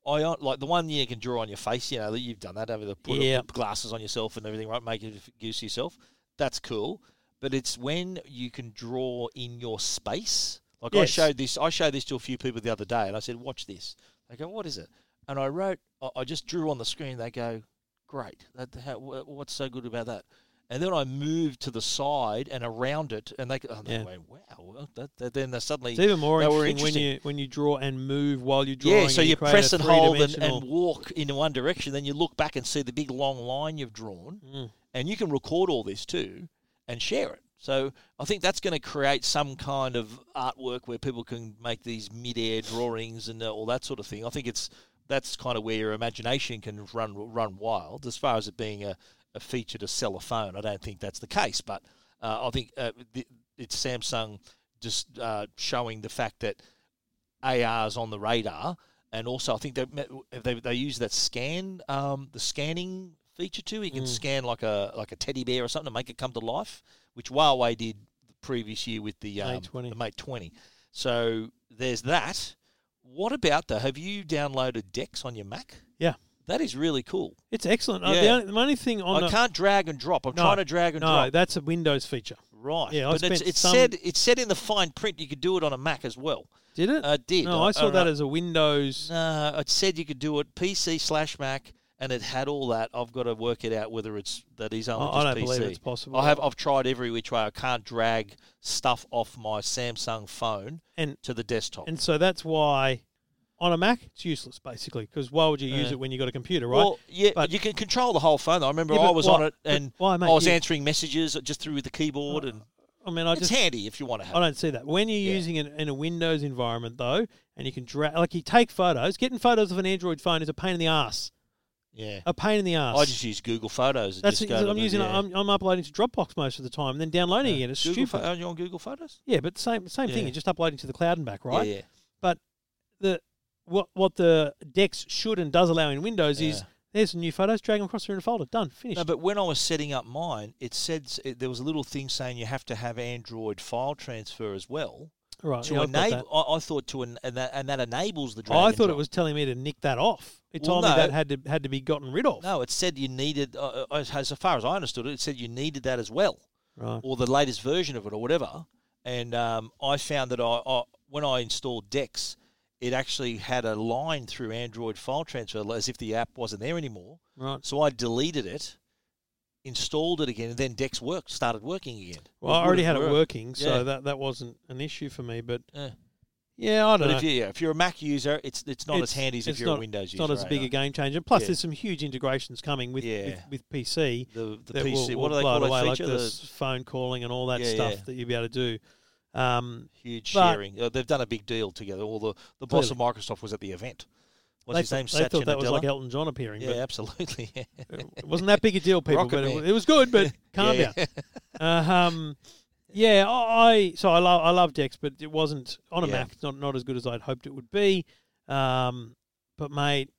Speaker 2: I don't- like the one you can draw on your face. You know that you've done that over the put
Speaker 1: Yeah.
Speaker 2: glasses on yourself and everything, right? Make it goose yourself. That's cool. But it's when you can draw in your space. Like I
Speaker 1: Yes.
Speaker 2: showed this. I showed this to a few people the other day, and I said, "Watch this." They go, "What is it?" And I wrote. I- I just drew on the screen. They go, "Great. That, how, wh- what's so good about that?" And then I moved to the side and around it, and they, go- and they
Speaker 1: Yeah.
Speaker 2: went, "Wow!" well, That, that, then they suddenly
Speaker 1: It's even more
Speaker 2: they were
Speaker 1: interesting, when you when you draw and move while you're drawing.
Speaker 2: yeah, so
Speaker 1: and
Speaker 2: you
Speaker 1: create
Speaker 2: press
Speaker 1: a
Speaker 2: and hold and,
Speaker 1: three-dimensional-
Speaker 2: and walk in one direction. Then you look back and see the big long line you've drawn,
Speaker 1: Mm.
Speaker 2: and you can record all this too and share it. So I think that's going to create some kind of artwork where people can make these mid-air drawings and uh, all that sort of thing. I think it's that's kind of where your imagination can run run wild. As far as it being a, a feature to sell a phone, I don't think that's the case. But uh, I think uh, th- it's Samsung just uh, showing the fact that ARs on the radar, and also I think they they, they use that scan um, the scanning feature too.
Speaker 1: Mm.
Speaker 2: He can scan like a like a teddy bear or something to make it come to life, which Huawei did the previous year with the um,
Speaker 1: Mate 20.
Speaker 2: the Mate Twenty. So there's that. What about though? Have you downloaded Dex on your Mac?
Speaker 1: Yeah.
Speaker 2: That is really cool.
Speaker 1: It's excellent. Uh, the,
Speaker 2: Yeah.
Speaker 1: only, the only thing on
Speaker 2: I
Speaker 1: the,
Speaker 2: can't drag and drop. I'm
Speaker 1: No,
Speaker 2: trying to drag and
Speaker 1: no,
Speaker 2: drop.
Speaker 1: that's a Windows feature.
Speaker 2: Right.
Speaker 1: Yeah, I
Speaker 2: but it's,
Speaker 1: spent
Speaker 2: it's
Speaker 1: some-
Speaker 2: said it's said in the fine print you could do it on a Mac as well.
Speaker 1: Did it?
Speaker 2: Uh, did.
Speaker 1: No,
Speaker 2: Uh,
Speaker 1: I saw that
Speaker 2: alright.
Speaker 1: as a Windows.
Speaker 2: No, Uh, it said you could do it PC slash Mac, and it had all that. I've got to work it out whether it's that is only
Speaker 1: I- I
Speaker 2: just
Speaker 1: don't
Speaker 2: PC.
Speaker 1: believe it's possible.
Speaker 2: I have. I've tried every which way. I can't drag stuff off my Samsung phone
Speaker 1: And
Speaker 2: to the desktop.
Speaker 1: and so that's why on a Mac it's useless basically because why would you use
Speaker 2: Yeah.
Speaker 1: it when you got a computer, right?
Speaker 2: Well, yeah,
Speaker 1: But-
Speaker 2: but you can control the whole phone. I remember
Speaker 1: Yeah,
Speaker 2: I
Speaker 1: but
Speaker 2: was
Speaker 1: why-
Speaker 2: on it,
Speaker 1: but
Speaker 2: and
Speaker 1: why, mate,
Speaker 2: I was
Speaker 1: you-
Speaker 2: answering messages just through the keyboard, and
Speaker 1: I mean, I
Speaker 2: it's
Speaker 1: just
Speaker 2: handy if you want to have.
Speaker 1: I
Speaker 2: it.
Speaker 1: don't see that. When you're
Speaker 2: Yeah.
Speaker 1: using it in a Windows environment though, and you can drag like you take photos, getting photos of an Android phone is a pain in the ass.
Speaker 2: Yeah,
Speaker 1: A pain in the ass.
Speaker 2: I just use Google Photos. And
Speaker 1: that's
Speaker 2: just
Speaker 1: it,
Speaker 2: go to
Speaker 1: I'm
Speaker 2: the-
Speaker 1: using.
Speaker 2: yeah.
Speaker 1: I'm, I'm uploading to Dropbox most of the time, and then downloading again. It's
Speaker 2: Google
Speaker 1: stupid.
Speaker 2: Pho- are you on Google Photos?
Speaker 1: yeah, but same same thing.
Speaker 2: Yeah.
Speaker 1: You're just uploading to the cloud and back, right?
Speaker 2: Yeah, yeah.
Speaker 1: the what what the Dex should and does allow in Windows is
Speaker 2: Yeah.
Speaker 1: there's new photos, drag them across here in a folder, done, finished.
Speaker 2: No, but when I was setting up mine, it said s- it, there was a little thing saying you have to have Android file transfer as well
Speaker 1: right,
Speaker 2: to
Speaker 1: yeah, I've got that.
Speaker 2: enable. I, I thought to en- and that and that enables the. Drag
Speaker 1: Oh, I
Speaker 2: and
Speaker 1: thought it
Speaker 2: drop.
Speaker 1: was telling me to nick that off. It
Speaker 2: Well,
Speaker 1: told me that
Speaker 2: no.
Speaker 1: had to had to be gotten rid of.
Speaker 2: No, it said you needed. Uh, uh, as as far as I understood it, it said you needed that as well,
Speaker 1: Right.
Speaker 2: or the latest version of it, or whatever. And um, I found that I, I when I installed Dex, it actually had a line through Android file transfer as if the app wasn't there anymore.
Speaker 1: Right.
Speaker 2: So I deleted it, installed it again, and then Dex worked, started working again.
Speaker 1: Well, I
Speaker 2: would
Speaker 1: already
Speaker 2: have
Speaker 1: had it
Speaker 2: worked.
Speaker 1: working, so
Speaker 2: Yeah.
Speaker 1: that, that wasn't an issue for me. But
Speaker 2: Yeah.
Speaker 1: yeah, I don't
Speaker 2: But
Speaker 1: know.
Speaker 2: if, you, yeah, if you're a Mac user, it's it's not
Speaker 1: uh, It's-
Speaker 2: as handy as if
Speaker 1: it's
Speaker 2: you're
Speaker 1: not-
Speaker 2: a Windows
Speaker 1: it's
Speaker 2: user.
Speaker 1: not as
Speaker 2: right?
Speaker 1: big a game changer. Plus,
Speaker 2: Yeah.
Speaker 1: there's some huge integrations coming with
Speaker 2: Yeah.
Speaker 1: with, with PC.
Speaker 2: The, the
Speaker 1: that will-
Speaker 2: PC,
Speaker 1: will
Speaker 2: what do they
Speaker 1: blow
Speaker 2: call
Speaker 1: it away,
Speaker 2: that
Speaker 1: like
Speaker 2: feature?
Speaker 1: the
Speaker 2: the
Speaker 1: s- phone calling and all that
Speaker 2: Yeah,
Speaker 1: stuff
Speaker 2: yeah.
Speaker 1: that you'll be able to do. Um,
Speaker 2: huge
Speaker 1: but-
Speaker 2: sharing. Uh, they've done a big deal together. All the, the boss of Microsoft was at the event. What's his
Speaker 1: they,
Speaker 2: name?
Speaker 1: they
Speaker 2: Satya
Speaker 1: thought that was
Speaker 2: Nadella?
Speaker 1: like Elton John appearing,
Speaker 2: yeah, absolutely. Yeah.
Speaker 1: but it wasn't that big a deal, people.
Speaker 2: Rocket
Speaker 1: but it,
Speaker 2: Man.
Speaker 1: it was good, but calm
Speaker 2: yeah, yeah.
Speaker 1: down. Uh, um, yeah, I so I love I love Dex, but it wasn't on a
Speaker 2: Yeah.
Speaker 1: Mac. It's not not as good as I'd hoped it would be. Um, but mate,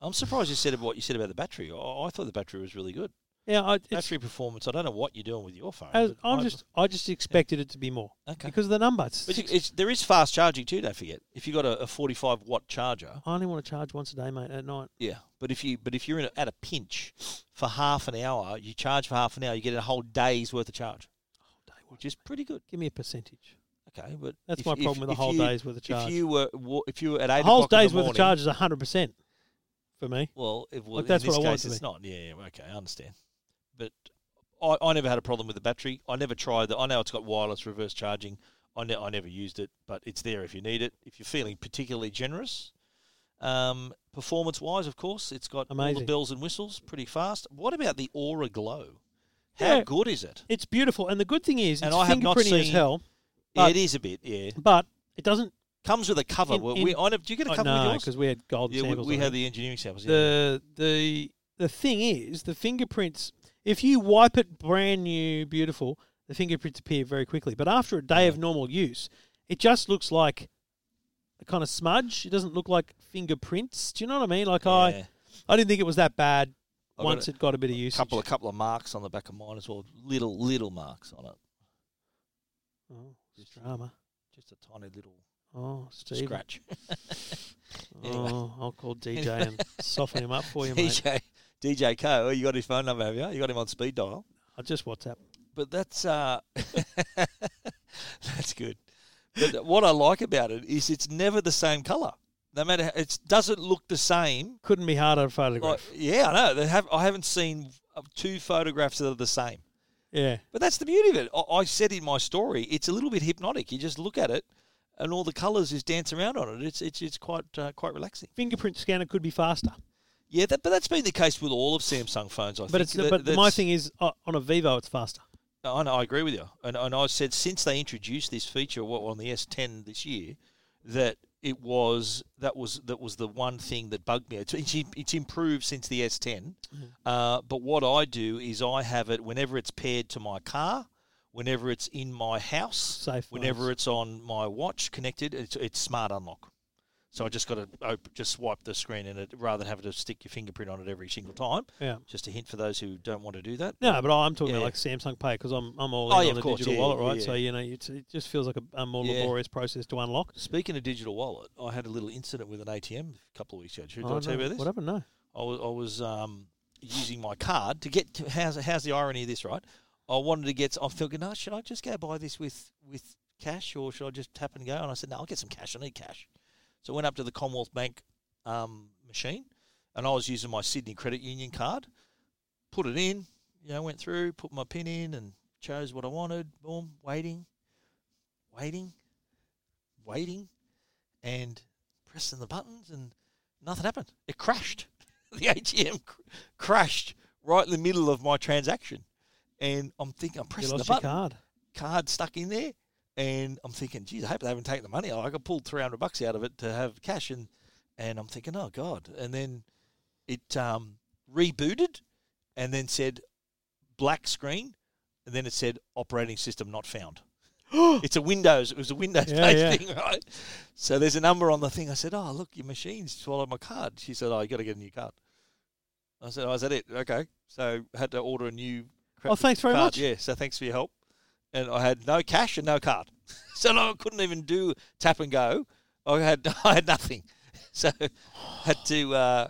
Speaker 2: I'm surprised you said about what you said about the battery. I, I thought the battery was really good.
Speaker 1: yeah, I, it's,
Speaker 2: Battery performance. I don't know what you're doing with your phone.
Speaker 1: as,
Speaker 2: but
Speaker 1: I'm
Speaker 2: I-
Speaker 1: just I just expected it to be more
Speaker 2: okay.
Speaker 1: because of the number. It's
Speaker 2: but you,
Speaker 1: six-
Speaker 2: it's, there is fast charging too. Don't forget. If you have got a, a 45 watt charger,
Speaker 1: I only want to charge once a day, mate, at night.
Speaker 2: Yeah, but if you but if you're in a, at a pinch for half an hour, you charge for half an hour, you get a whole day's worth of charge,
Speaker 1: Day one.
Speaker 2: which is pretty good.
Speaker 1: Give me a percentage.
Speaker 2: Okay, but
Speaker 1: That's
Speaker 2: if-
Speaker 1: my
Speaker 2: if-
Speaker 1: problem with a
Speaker 2: if
Speaker 1: whole
Speaker 2: you-
Speaker 1: day's worth of charge.
Speaker 2: If you were wa- if you were at eight
Speaker 1: A whole
Speaker 2: o'clock in the
Speaker 1: day's worth of
Speaker 2: morning-
Speaker 1: charge is hundred percent for me.
Speaker 2: Well, if, well
Speaker 1: Look, that's
Speaker 2: in this
Speaker 1: what I want it
Speaker 2: case,
Speaker 1: to
Speaker 2: it's
Speaker 1: be.
Speaker 2: not. Yeah, yeah, okay, I understand. But I, I never had a problem with the battery. I never tried that. I know it's got wireless reverse charging. I, ne- I never used it, but it's there if you need it. If you're feeling particularly generous, um, performance wise, of course, it's got all
Speaker 1: Amazing.
Speaker 2: the bells and whistles, pretty fast. What about the Aura Glow? How
Speaker 1: Yeah.
Speaker 2: good is it?
Speaker 1: It's beautiful, and the good thing is, it's
Speaker 2: And I have not
Speaker 1: fingerprinting as
Speaker 2: seen-
Speaker 1: hell.
Speaker 2: Yeah,
Speaker 1: But-
Speaker 2: it is a bit, yeah.
Speaker 1: But it doesn't.
Speaker 2: Comes with a cover.
Speaker 1: In-
Speaker 2: Well,
Speaker 1: in-
Speaker 2: we, I never, do you get a
Speaker 1: Oh,
Speaker 2: cover
Speaker 1: no,
Speaker 2: with yours?
Speaker 1: because we had gold
Speaker 2: Yeah, we,
Speaker 1: samples.
Speaker 2: we
Speaker 1: I
Speaker 2: had
Speaker 1: think.
Speaker 2: the engineering samples. Yeah.
Speaker 1: the the the thing is, the fingerprints. If you wipe it brand new, beautiful, the fingerprints appear very quickly. But after a day of normal use, it just looks like a kind of smudge. It doesn't look like fingerprints. Do you know what I mean? Like I,
Speaker 2: Yeah.
Speaker 1: I didn't think it was that bad.
Speaker 2: I got
Speaker 1: once
Speaker 2: a-
Speaker 1: it got a bit of
Speaker 2: A
Speaker 1: usage.
Speaker 2: couple of couple of marks on the back of mine as well. Little little marks on it.
Speaker 1: oh, it's drama.
Speaker 2: Just a tiny little
Speaker 1: Oh, Steve.
Speaker 2: scratch. Anyway.
Speaker 1: Oh, I'll call DJ and soften him up for you, mate.
Speaker 2: DJ DJ Co, oh, you got his phone number, have you? You got him on speed dial.
Speaker 1: I'll just WhatsApp.
Speaker 2: But that's uh that's good. But what I like about it is it's never the same colour. No matter how, it doesn't look the same.
Speaker 1: Couldn't be harder to
Speaker 2: Like,
Speaker 1: photograph.
Speaker 2: yeah, I know. They have I haven't seen uh, two photographs that are the same.
Speaker 1: yeah.
Speaker 2: But that's the beauty of it. I, I said in my story, it's a little bit hypnotic. You just look at it, and all the colours just dance around on it. It's it's it's quite uh, quite relaxing.
Speaker 1: Fingerprint scanner could be faster.
Speaker 2: Yeah, that, but that's been the case with all of Samsung phones. I think.
Speaker 1: But it's
Speaker 2: That-
Speaker 1: but my
Speaker 2: that's-
Speaker 1: thing is uh, on a Vivo it's faster.
Speaker 2: I, know, I agree with you, and and I said since they introduced this feature what, on the S10 this year, that it was that was that was the one thing that bugged me. It's it's, it's improved since the S10,
Speaker 1: Mm-hmm.
Speaker 2: uh, but what I do is I have it whenever it's paired to my car, whenever it's in my house,
Speaker 1: Safe
Speaker 2: whenever
Speaker 1: phones.
Speaker 2: it's on my watch connected. It's it's smart unlock. So I just got to op- just swipe the screen in it rather than having to stick your fingerprint on it every single time.
Speaker 1: Yeah.
Speaker 2: Just a hint for those who don't want to do that.
Speaker 1: No, but I'm talking
Speaker 2: Yeah.
Speaker 1: about like Samsung Pay because I'm I'm all in
Speaker 2: Oh,
Speaker 1: on
Speaker 2: yeah, of
Speaker 1: the
Speaker 2: course,
Speaker 1: digital
Speaker 2: yeah,
Speaker 1: wallet,
Speaker 2: yeah,
Speaker 1: right?
Speaker 2: yeah.
Speaker 1: So you know, it's, it just feels like a, a more
Speaker 2: Yeah.
Speaker 1: laborious process to unlock.
Speaker 2: Speaking of digital wallet, I had a little incident with an ATM a couple of weeks ago. Should
Speaker 1: Oh,
Speaker 2: I tell you
Speaker 1: no.
Speaker 2: about this?
Speaker 1: What happened? No.
Speaker 2: I was I was um, using my card to get to, how's how's the irony of this, right? I wanted to get. I'm thinking, no, should I just go buy this with with cash, or should I just tap and go? And I said, no, I'll get some cash. I need cash. So I went up to the Commonwealth Bank um, machine, and I was using my Sydney Credit Union card. Put it in. You know, went through, put my pin in, and chose what I wanted. Boom, waiting, waiting, waiting, and pressing the buttons, and nothing happened. It crashed. The ATM cr- crashed right in the middle of my transaction, and I'm thinking I'm
Speaker 1: You
Speaker 2: pressing the
Speaker 1: lost your
Speaker 2: button
Speaker 1: card.
Speaker 2: card stuck in there, and I'm thinking, geez, I hope they haven't taken the money. I got pulled three hundred bucks out of it to have cash, and and I'm thinking, oh god. And then it um, rebooted, and then said black screen, and then it said operating system not found. it's a Windows. It was a Windows
Speaker 1: Yeah,
Speaker 2: based
Speaker 1: yeah.
Speaker 2: thing, right? So there's a number on the thing. I said, oh look, your machine's swallowed my card. She said, oh, you got to get a new card. I said, oh, is that it? Okay. So had to order a new.
Speaker 1: Oh, thanks very
Speaker 2: card.
Speaker 1: much.
Speaker 2: Yeah. So thanks for your help and I had no cash and no card, so no, I couldn't even do tap and go. I had I had nothing, so had to. Uh,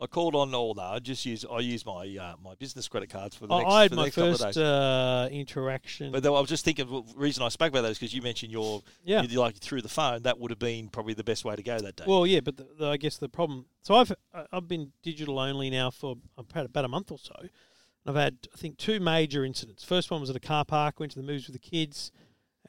Speaker 2: I called on all no, I just use I use my uh, my business credit cards for the
Speaker 1: I,
Speaker 2: next,
Speaker 1: I had
Speaker 2: for the
Speaker 1: my
Speaker 2: next couple of
Speaker 1: first
Speaker 2: days.
Speaker 1: uh, interaction.
Speaker 2: but though I was just thinking, well, the reason I spoke about that is because you mentioned your
Speaker 1: yeah.
Speaker 2: you, like through the phone. That would have been probably the best way to go that day.
Speaker 1: Well, yeah, but the, the, I guess the problem. So I've I- I've been digital only now for about about a month or so. And I've had I think two major incidents. First one was at a car park. Went to the movies with the kids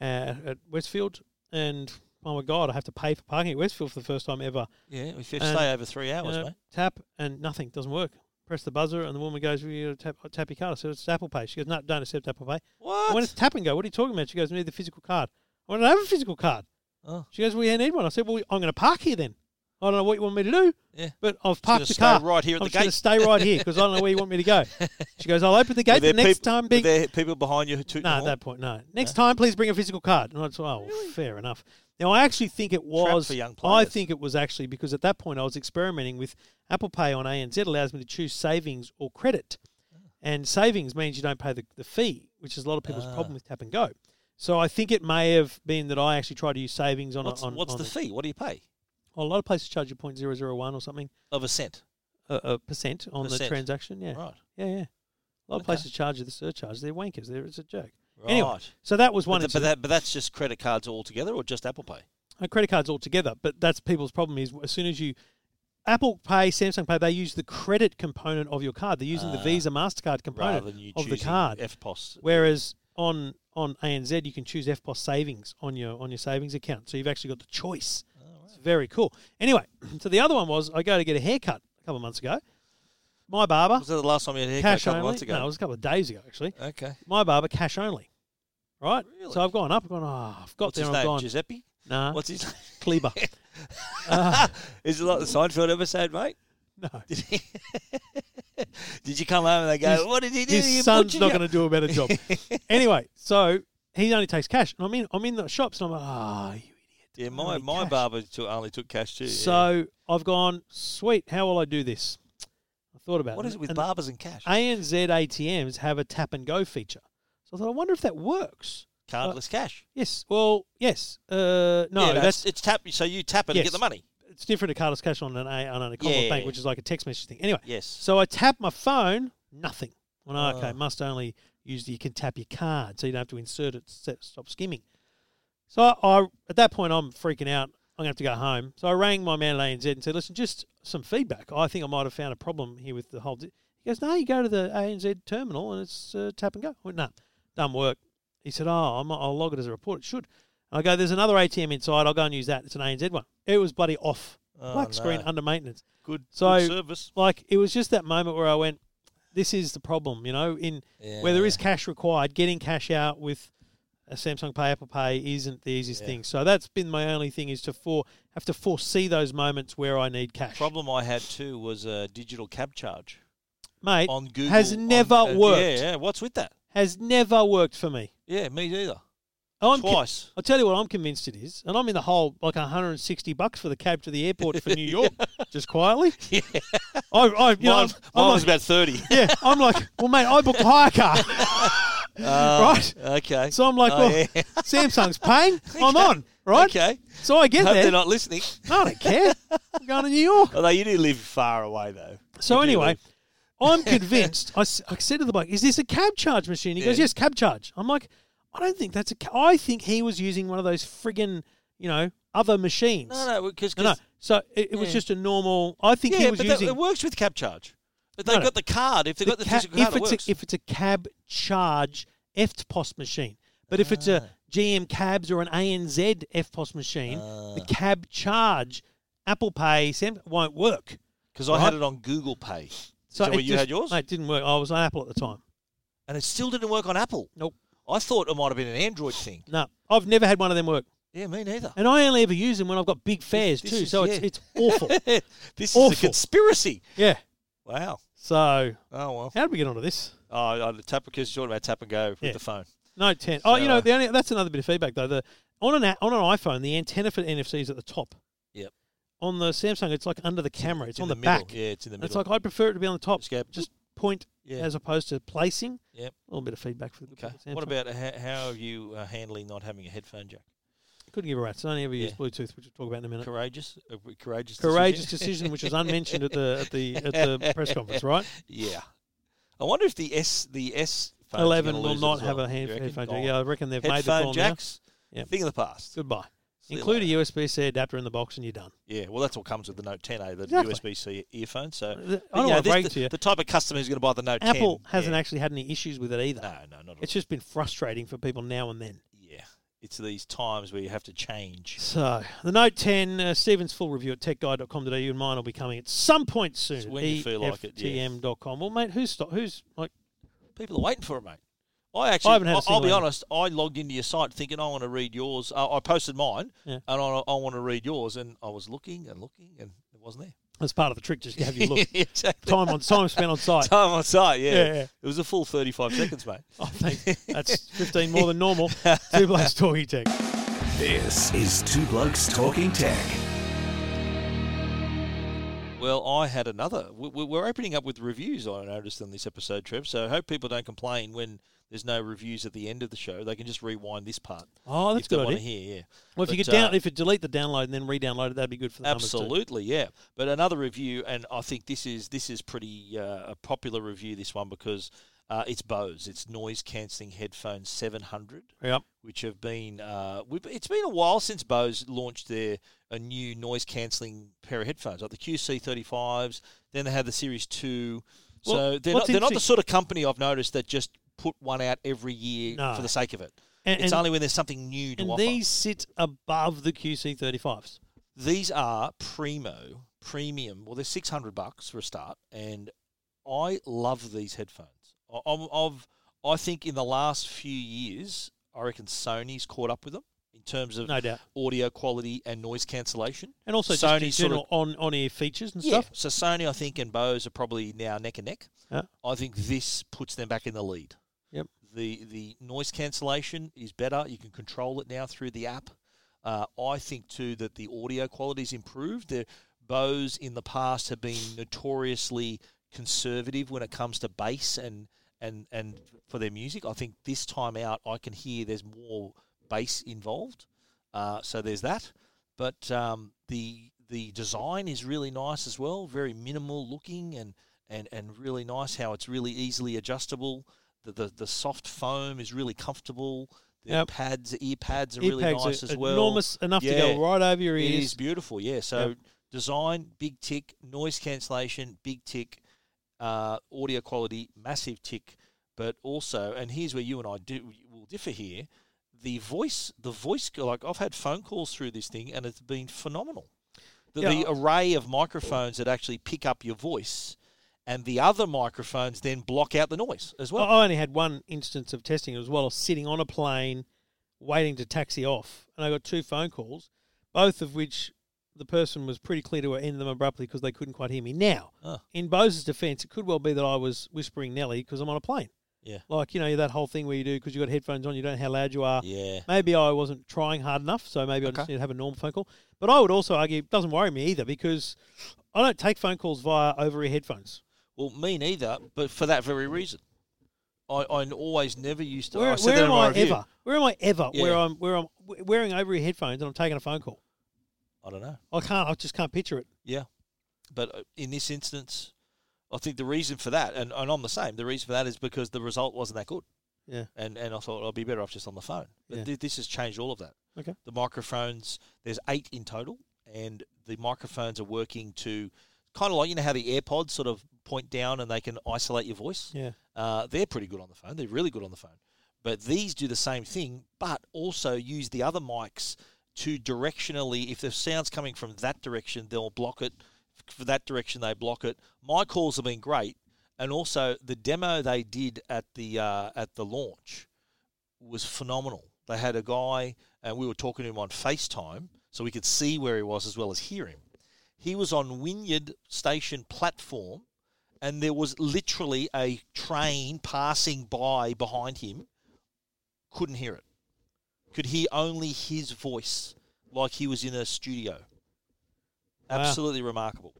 Speaker 1: uh, at Westfield, and oh my god, I have to pay for parking at Westfield for the first time ever.
Speaker 2: yeah, if you
Speaker 1: and- uh,
Speaker 2: stay over three hours,
Speaker 1: You know,
Speaker 2: mate.
Speaker 1: Tap and nothing doesn't work. Press the buzzer, and the woman goes, "We gotta tap, tap your card." I said, "It's Apple Pay." She goes, "No, don't accept Apple Pay."
Speaker 2: What?
Speaker 1: I went, "It's tap and go." What are you talking about? She goes, "We need the physical card." I went, "I don't have a physical card."
Speaker 2: oh,
Speaker 1: She goes, "Well, you need one." I said, "Well, I'm going to park here then. I don't know what you want me to do,
Speaker 2: yeah.
Speaker 1: but I've
Speaker 2: Gonna
Speaker 1: parked the
Speaker 2: stay
Speaker 1: car.
Speaker 2: right here at
Speaker 1: I'm
Speaker 2: the
Speaker 1: just going
Speaker 2: gate.
Speaker 1: to stay right here because I don't know where you want me to go." She goes, "I'll open the
Speaker 2: Were
Speaker 1: gate
Speaker 2: there
Speaker 1: the next
Speaker 2: peop-
Speaker 1: time."
Speaker 2: were
Speaker 1: Big
Speaker 2: there people behind you who took
Speaker 1: no, at that point, no. Next time, please bring a physical card. And I said, "Oh, fair enough." Now, I actually think it was.
Speaker 2: for young
Speaker 1: I
Speaker 2: players.
Speaker 1: think it was actually because at that point I was experimenting with Apple Pay on ANZ allows me to choose savings or credit,
Speaker 2: Ah.
Speaker 1: and savings means you don't pay the, the fee, which is a lot of people's
Speaker 2: Ah.
Speaker 1: problem with Tap and Go. So I think it may have been that I actually tried to use savings on a-
Speaker 2: What's,
Speaker 1: on,
Speaker 2: what's
Speaker 1: on
Speaker 2: the
Speaker 1: a-
Speaker 2: fee? What do you pay
Speaker 1: Oh, a lot of places charge you point zero zero one or something
Speaker 2: of a cent?
Speaker 1: a, a percent on the
Speaker 2: Percent.
Speaker 1: transaction. Yeah,
Speaker 2: Right.
Speaker 1: yeah, yeah. A lot
Speaker 2: Okay.
Speaker 1: of places charge you the surcharge. They're wankers. They're, it's a joke.
Speaker 2: Right.
Speaker 1: Anyway, so that was one.
Speaker 2: But, th- but
Speaker 1: incident.
Speaker 2: that, but that's just credit cards altogether, or just Apple Pay.
Speaker 1: uh, credit cards altogether. But that's people's problem is as soon as you Apple Pay, Samsung Pay, they use the credit component of your card. They're using the
Speaker 2: Ah.
Speaker 1: Visa Mastercard
Speaker 2: rather
Speaker 1: component
Speaker 2: than you
Speaker 1: of the
Speaker 2: choosing
Speaker 1: card.
Speaker 2: FPOS.
Speaker 1: Whereas on on ANZ you can choose FPOS savings on your on your savings account. So you've actually got the choice.
Speaker 2: Oh,
Speaker 1: It's very cool. Anyway, so the other one was I go to get a haircut a couple of months ago. My barber,
Speaker 2: Was that the last time you had a haircut a
Speaker 1: cash
Speaker 2: couple
Speaker 1: only.
Speaker 2: of months ago?
Speaker 1: No, it was a couple of days ago actually.
Speaker 2: okay.
Speaker 1: My barber, cash only. Right?
Speaker 2: Really?
Speaker 1: So I've gone up, I've gone, oh, I've got
Speaker 2: What's
Speaker 1: there,
Speaker 2: his
Speaker 1: I've
Speaker 2: name?
Speaker 1: gone,
Speaker 2: Giuseppe.
Speaker 1: nah,
Speaker 2: What's his?
Speaker 1: Kleber.
Speaker 2: Is it like the Seinfeld episode, mate?
Speaker 1: no.
Speaker 2: Did, he did you come home and they go,
Speaker 1: His-
Speaker 2: "What did he do?
Speaker 1: his
Speaker 2: You
Speaker 1: son's
Speaker 2: butchered
Speaker 1: not
Speaker 2: you?"
Speaker 1: going to do a better job. anyway, so he only takes cash, and I'm in. I'm in the shops, and I'm like, ah, you idiot.
Speaker 2: Yeah,
Speaker 1: I
Speaker 2: my
Speaker 1: need
Speaker 2: my
Speaker 1: cash.
Speaker 2: barber took, only took cash too. yeah.
Speaker 1: So I've gone, sweet. How will I do this? I thought about
Speaker 2: what
Speaker 1: it.
Speaker 2: is it with
Speaker 1: and uh,
Speaker 2: barbers and cash?
Speaker 1: ANZ ATMs have a tap and go feature, so I thought, I wonder if that works.
Speaker 2: Cardless cash.
Speaker 1: Yes. Well, yes. Uh, no,
Speaker 2: Yeah,
Speaker 1: that's
Speaker 2: it's tap. So you tap it and
Speaker 1: Yes.
Speaker 2: get the money.
Speaker 1: it's different to cardless cash on an A on a Commonwealth
Speaker 2: Yeah.
Speaker 1: bank, which is like a text message thing. Anyway,
Speaker 2: Yes.
Speaker 1: So I tap my phone, nothing. Well, no, okay,
Speaker 2: Oh.
Speaker 1: must only use the, you can tap your card, so you don't have to insert it. Set, stop skimming. So I, I at that point I'm freaking out. I'm gonna have to go home. So I rang my man at ANZ and said, "Listen, just some feedback. I think I might have found a problem here with the whole." Di-. He goes, "No, you go to the ANZ terminal and it's uh, tap and go." I went, "No, done work." He said, "Oh, I'm, I'll log it as a report. It should." And I go, "There's another ATM inside. I'll go and use that. It's an ANZ one. It was bloody off,
Speaker 2: Oh,
Speaker 1: black screen
Speaker 2: no.
Speaker 1: under maintenance."
Speaker 2: Good,
Speaker 1: So-
Speaker 2: good service.
Speaker 1: like it was just that moment where I went, "This is the problem," you know. In where there is cash required, getting cash out with a Samsung Pay, Apple Pay isn't the easiest
Speaker 2: Yeah.
Speaker 1: thing. So that's been my only thing is to for have to foresee those moments where I need cash.
Speaker 2: Problem I had too was a digital cab charge
Speaker 1: Mate,
Speaker 2: on Google
Speaker 1: has
Speaker 2: on-
Speaker 1: never
Speaker 2: uh,
Speaker 1: worked.
Speaker 2: Yeah, yeah. What's with that?
Speaker 1: Has never worked for me.
Speaker 2: Yeah, me either.
Speaker 1: I'm con-
Speaker 2: twice.
Speaker 1: I'll tell you what I'm convinced it is, and I'm in the hole like 160 bucks for the cab to the airport for New York, just quietly. Yeah. I, I, you know, I'm,
Speaker 2: Mine,
Speaker 1: I'm
Speaker 2: mine
Speaker 1: like,
Speaker 2: was about thirty.
Speaker 1: yeah, I'm like, well, mate, I booked a hire car, right?
Speaker 2: Okay.
Speaker 1: So I'm like,
Speaker 2: Oh,
Speaker 1: well,
Speaker 2: yeah.
Speaker 1: Samsung's paying, I'm on, right?
Speaker 2: Okay.
Speaker 1: So I get
Speaker 2: Hope
Speaker 1: there.
Speaker 2: they're not listening.
Speaker 1: No, I don't care. I'm going to New York.
Speaker 2: Although you do live far away though.
Speaker 1: So
Speaker 2: You do
Speaker 1: anyway,
Speaker 2: live-
Speaker 1: I'm convinced. I, s- I said to the bloke, "Is this a cab charge machine?" He goes,
Speaker 2: Yeah.
Speaker 1: "Yes, cab charge." I'm like, "I don't think that's a. Ca- I think he was using one of those friggin' you know other machines."
Speaker 2: no, no, because
Speaker 1: No, no. So it, it was
Speaker 2: Yeah.
Speaker 1: just a normal. I think he
Speaker 2: yeah,
Speaker 1: was
Speaker 2: but
Speaker 1: using
Speaker 2: that, it works with cab charge. But
Speaker 1: No,
Speaker 2: they've
Speaker 1: no.
Speaker 2: got the card. If they've got the
Speaker 1: ca-
Speaker 2: physical card,
Speaker 1: if
Speaker 2: it
Speaker 1: it's
Speaker 2: works.
Speaker 1: a, if it's a cab charge FPOS machine. But if it's
Speaker 2: Ah.
Speaker 1: a GM cabs or an ANZ FPOS machine, the
Speaker 2: Ah.
Speaker 1: cab charge, Apple Pay, Sam won't work.
Speaker 2: Because I had
Speaker 1: Right.
Speaker 2: it on Google Pay.
Speaker 1: So
Speaker 2: So
Speaker 1: it
Speaker 2: where you
Speaker 1: just-
Speaker 2: had yours?
Speaker 1: mate, it didn't work. I was on Apple at the time.
Speaker 2: And it still didn't work on Apple.
Speaker 1: Nope.
Speaker 2: I thought it might have been an Android thing.
Speaker 1: No, I've never had one of them work.
Speaker 2: Yeah, me neither.
Speaker 1: And I only ever use them when I've got big fares
Speaker 2: this
Speaker 1: too.
Speaker 2: is-
Speaker 1: so it's,
Speaker 2: yeah.
Speaker 1: it's awful.
Speaker 2: this
Speaker 1: Awful.
Speaker 2: is a conspiracy.
Speaker 1: yeah.
Speaker 2: Wow.
Speaker 1: So
Speaker 2: Oh, well.
Speaker 1: how did we get onto this?
Speaker 2: Oh, I, the tap because you're talking about tap and go with
Speaker 1: Yeah.
Speaker 2: the phone.
Speaker 1: Note ten. Oh, you know
Speaker 2: So-
Speaker 1: the only that's another bit of feedback though. The on an a- on an iPhone, the antenna for NFC is at the top.
Speaker 2: Yep.
Speaker 1: On the Samsung, it's like under the camera. It's,
Speaker 2: in
Speaker 1: on
Speaker 2: the,
Speaker 1: the,
Speaker 2: middle.
Speaker 1: back.
Speaker 2: Yeah, it's in the
Speaker 1: And it's
Speaker 2: middle.
Speaker 1: like I prefer it to be on the top.
Speaker 2: Just go
Speaker 1: Just point
Speaker 2: Yeah.
Speaker 1: as opposed to placing.
Speaker 2: Yep.
Speaker 1: A little bit of feedback for the good
Speaker 2: Okay.
Speaker 1: people at
Speaker 2: What
Speaker 1: Samsung.
Speaker 2: about how, how are you uh, handling not having a headphone jack?
Speaker 1: Couldn't give a rat's. I only ever use
Speaker 2: Yeah.
Speaker 1: Bluetooth, which we'll talk about in a minute.
Speaker 2: Courageous, a w- courageous, decision?
Speaker 1: Courageous decision, which was unmentioned at the at the at the press conference, right?
Speaker 2: yeah. I wonder if the S the S phone's
Speaker 1: Eleven
Speaker 2: gonna
Speaker 1: will
Speaker 2: lose it
Speaker 1: not
Speaker 2: as
Speaker 1: have
Speaker 2: well.
Speaker 1: a hand,
Speaker 2: You reckon?
Speaker 1: headphone
Speaker 2: Oh,
Speaker 1: jack. Yeah, I reckon they've made the
Speaker 2: headphone
Speaker 1: call now.
Speaker 2: jacks,
Speaker 1: Yep.
Speaker 2: thing of the past.
Speaker 1: Goodbye.
Speaker 2: See you
Speaker 1: Include
Speaker 2: later.
Speaker 1: a USB-C adapter in the box, and you're done.
Speaker 2: Yeah, well, that's what comes with the Note 10, eh? The
Speaker 1: Exactly.
Speaker 2: USB-C earphone. So
Speaker 1: I don't
Speaker 2: But, you know,
Speaker 1: want to
Speaker 2: this-
Speaker 1: brag
Speaker 2: the,
Speaker 1: to you.
Speaker 2: the type of customer who's going to buy the Note 10.
Speaker 1: Apple hasn't
Speaker 2: yeah.
Speaker 1: actually had any issues with it either.
Speaker 2: No, no, not at all.
Speaker 1: It's just been frustrating for people now and then.
Speaker 2: yeah, it's these times where you have to change.
Speaker 1: So, the Note 10, uh, Stephen's full review at techguide.com.au and mine will be coming at some point soon. E
Speaker 2: It's when you feel like it, yeah.
Speaker 1: EFTM.com. Well, mate, who's, sto- who's like,
Speaker 2: People are waiting for it, mate. I actually, I
Speaker 1: haven't had a
Speaker 2: will
Speaker 1: single
Speaker 2: be
Speaker 1: email.
Speaker 2: honest. I logged into your site thinking I want to read yours. Uh, I, I posted mine,
Speaker 1: Yeah.
Speaker 2: and I, I want to read yours. And I was looking and looking, and it wasn't
Speaker 1: that's part of the trick, just to have you
Speaker 2: there.
Speaker 1: look.
Speaker 2: exactly.
Speaker 1: time on time spent on site.
Speaker 2: Time on site, yeah.
Speaker 1: Yeah, yeah.
Speaker 2: It was a full thirty-five seconds, mate.
Speaker 1: I think that's 15 more than normal. Two Blokes Talking Tech.
Speaker 3: This is Two Blokes Talking Tech.
Speaker 2: Well, I had another. We- we- We're opening up with reviews, I noticed, in this episode, Trev. So I hope people don't complain when there's no reviews at the end of the show. They can just rewind this part.
Speaker 1: Oh, that's
Speaker 2: if
Speaker 1: a
Speaker 2: they
Speaker 1: good idea.
Speaker 2: want to hear, yeah.
Speaker 1: Well, if you
Speaker 2: But,
Speaker 1: could down,
Speaker 2: uh,
Speaker 1: if you delete the download and then re-download it, that'd be good for the numbers too.
Speaker 2: absolutely, yeah. But another review, and I think this is this is pretty uh, a popular review. This one because uh, it's Bose, it's noise cancelling headphones seven hundred,
Speaker 1: Yep.
Speaker 2: which have been uh, we've, it's been a while since Bose launched their a new noise cancelling pair of headphones, like the QC thirty fives. Then they had the Series two. So
Speaker 1: Well,
Speaker 2: they're not
Speaker 1: what's
Speaker 2: they're not the
Speaker 1: interest-
Speaker 2: sort of company I've noticed that just put one out every year
Speaker 1: No.
Speaker 2: for the sake of it.
Speaker 1: And-
Speaker 2: it's
Speaker 1: and-
Speaker 2: only when there's something new to
Speaker 1: And
Speaker 2: offer.
Speaker 1: these sit above the QC35s.
Speaker 2: these are primo premium well they're 600 bucks for a start and i love these headphones I, I'm, I've, I think in the last few years i reckon sony's caught up with them in terms of
Speaker 1: No doubt.
Speaker 2: audio quality and noise cancellation
Speaker 1: And also just in
Speaker 2: Sony sort
Speaker 1: general
Speaker 2: of-
Speaker 1: on, on-ear features and stuff.
Speaker 2: so sony i think and bose are probably now neck and neck
Speaker 1: Yeah.
Speaker 2: i think this puts them back in the lead
Speaker 1: Yep.
Speaker 2: the the noise cancellation is better. You can control it now through the app. Uh, I think too that the audio quality's improved. The Bose in the past have been notoriously conservative when it comes to bass and and and for their music. I think this time out I can hear there's more bass involved. Uh, so there's that. But um, the the design is really nice as well. Very minimal looking and and and really nice how it's really easily adjustable. The the, the soft foam is really comfortable. The
Speaker 1: Yep.
Speaker 2: pads, ear pads are
Speaker 1: Ear
Speaker 2: really
Speaker 1: pads
Speaker 2: nice
Speaker 1: are
Speaker 2: as well.
Speaker 1: enormous enough to go
Speaker 2: Yeah.
Speaker 1: right over your
Speaker 2: It
Speaker 1: ears.
Speaker 2: is beautiful, yeah. So design, big tick, noise cancellation, big tick, uh, audio quality, massive tick. But also, and here's where you and I do will differ here. The voice, the voice, like I've had phone calls through this thing, and it's been phenomenal. The,
Speaker 1: Yeah.
Speaker 2: the array of microphones that actually pick up your voice, and the other microphones then block out the noise as
Speaker 1: Well,
Speaker 2: well.
Speaker 1: I only had one instance of testing it as well, sitting on a plane, waiting to taxi off, and I got two phone calls, both of which the person was pretty clear to end them abruptly because they couldn't quite hear me. Now,
Speaker 2: Ah.
Speaker 1: in Bose's defence, it could well be that I was whispering Nelly because I'm on a plane.
Speaker 2: Yeah.
Speaker 1: Like, you know, that whole thing where you do, because you've got headphones on, you don't know how loud you are.
Speaker 2: Yeah.
Speaker 1: Maybe I wasn't trying hard enough, so maybe I just
Speaker 5: Okay.
Speaker 1: need to have a normal phone call. But I would also argue it doesn't worry me either because I don't take phone calls via over ear headphones.
Speaker 2: Well, me neither, but for that very reason. I, I always never used to.
Speaker 1: Where,
Speaker 2: I said
Speaker 1: where
Speaker 2: that in
Speaker 1: am
Speaker 2: my
Speaker 1: I
Speaker 2: review.
Speaker 1: ever? Where am I ever? Where
Speaker 2: Yeah.
Speaker 1: I'm where I'm w- wearing over ear headphones and I'm taking a phone call.
Speaker 2: I don't know.
Speaker 1: I can't. I just can't picture it.
Speaker 2: Yeah. But uh, in this instance, I think the reason for that, and, and I'm the same, the reason for that is because the result wasn't that good.
Speaker 1: Yeah.
Speaker 2: And and I thought I'll be better off just on the phone. But
Speaker 1: Yeah.
Speaker 2: thi- this has changed all of that.
Speaker 1: Okay.
Speaker 2: The microphones, there's eight in total, and the microphones are working to kind of like, you know, how the AirPods sort of point down and they can isolate your voice?
Speaker 1: Yeah.
Speaker 2: Uh, they're pretty good on the phone. They're really good on the phone. But these do the same thing, but also use the other mics to directionally, if the sound's coming from that direction, they'll block it. For that direction, they block it. My calls have been great. And also, the demo they did at the uh, at the launch was phenomenal. They had a guy, and we were talking to him on FaceTime, so we could see where he was as well as hear him. He was on Wynyard Station platform, and there was literally a train passing by behind him. Couldn't hear it. Could hear only his voice, like he was in a studio.
Speaker 1: Wow.
Speaker 2: Absolutely remarkable.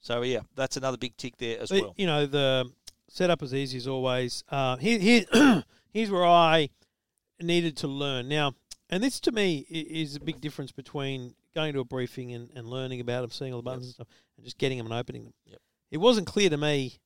Speaker 2: So yeah, that's another big tick there as
Speaker 1: But,
Speaker 2: well.
Speaker 1: You know, the setup is easy as always. Uh, here, here, here's where I needed to learn. Now, and this to me i- is a big difference between going to a briefing and, and learning about them, seeing all the buttons and stuff, and just getting them and opening them.
Speaker 2: Yep.
Speaker 1: It wasn't clear to me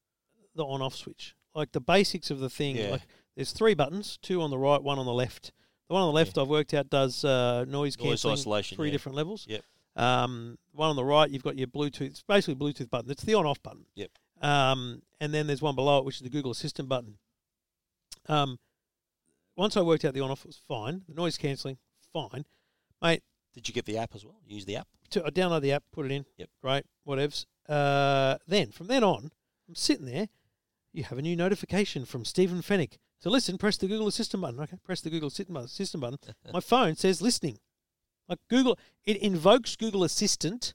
Speaker 1: the on off switch, like the basics of the thing.
Speaker 2: Yeah.
Speaker 1: Like there's three buttons, two on the right, one on the left. The one on the left I've worked out does uh, noise,
Speaker 2: Noise
Speaker 1: cancelling,
Speaker 2: isolation,
Speaker 1: three
Speaker 2: yeah.
Speaker 1: different levels.
Speaker 2: Yep.
Speaker 1: Um, one on the right, you've got your Bluetooth. It's basically a Bluetooth button. It's the on-off button.
Speaker 2: Yep.
Speaker 1: Um, and then there's one below it, which is the Google Assistant button. Um, once I worked out the on-off, it was fine. The noise cancelling, fine. Mate,
Speaker 2: Did you get the app as well? Use the app.
Speaker 1: to, I download the app, put it in.
Speaker 2: Yep.
Speaker 1: Great, whatevs. Uh, then from then on, I'm sitting there. You have a new notification from Stephen Fennick. To listen, press the Google Assistant button. Okay, press the Google Assistant bu- Assistant button. My phone says listening. Like Google, it invokes Google Assistant.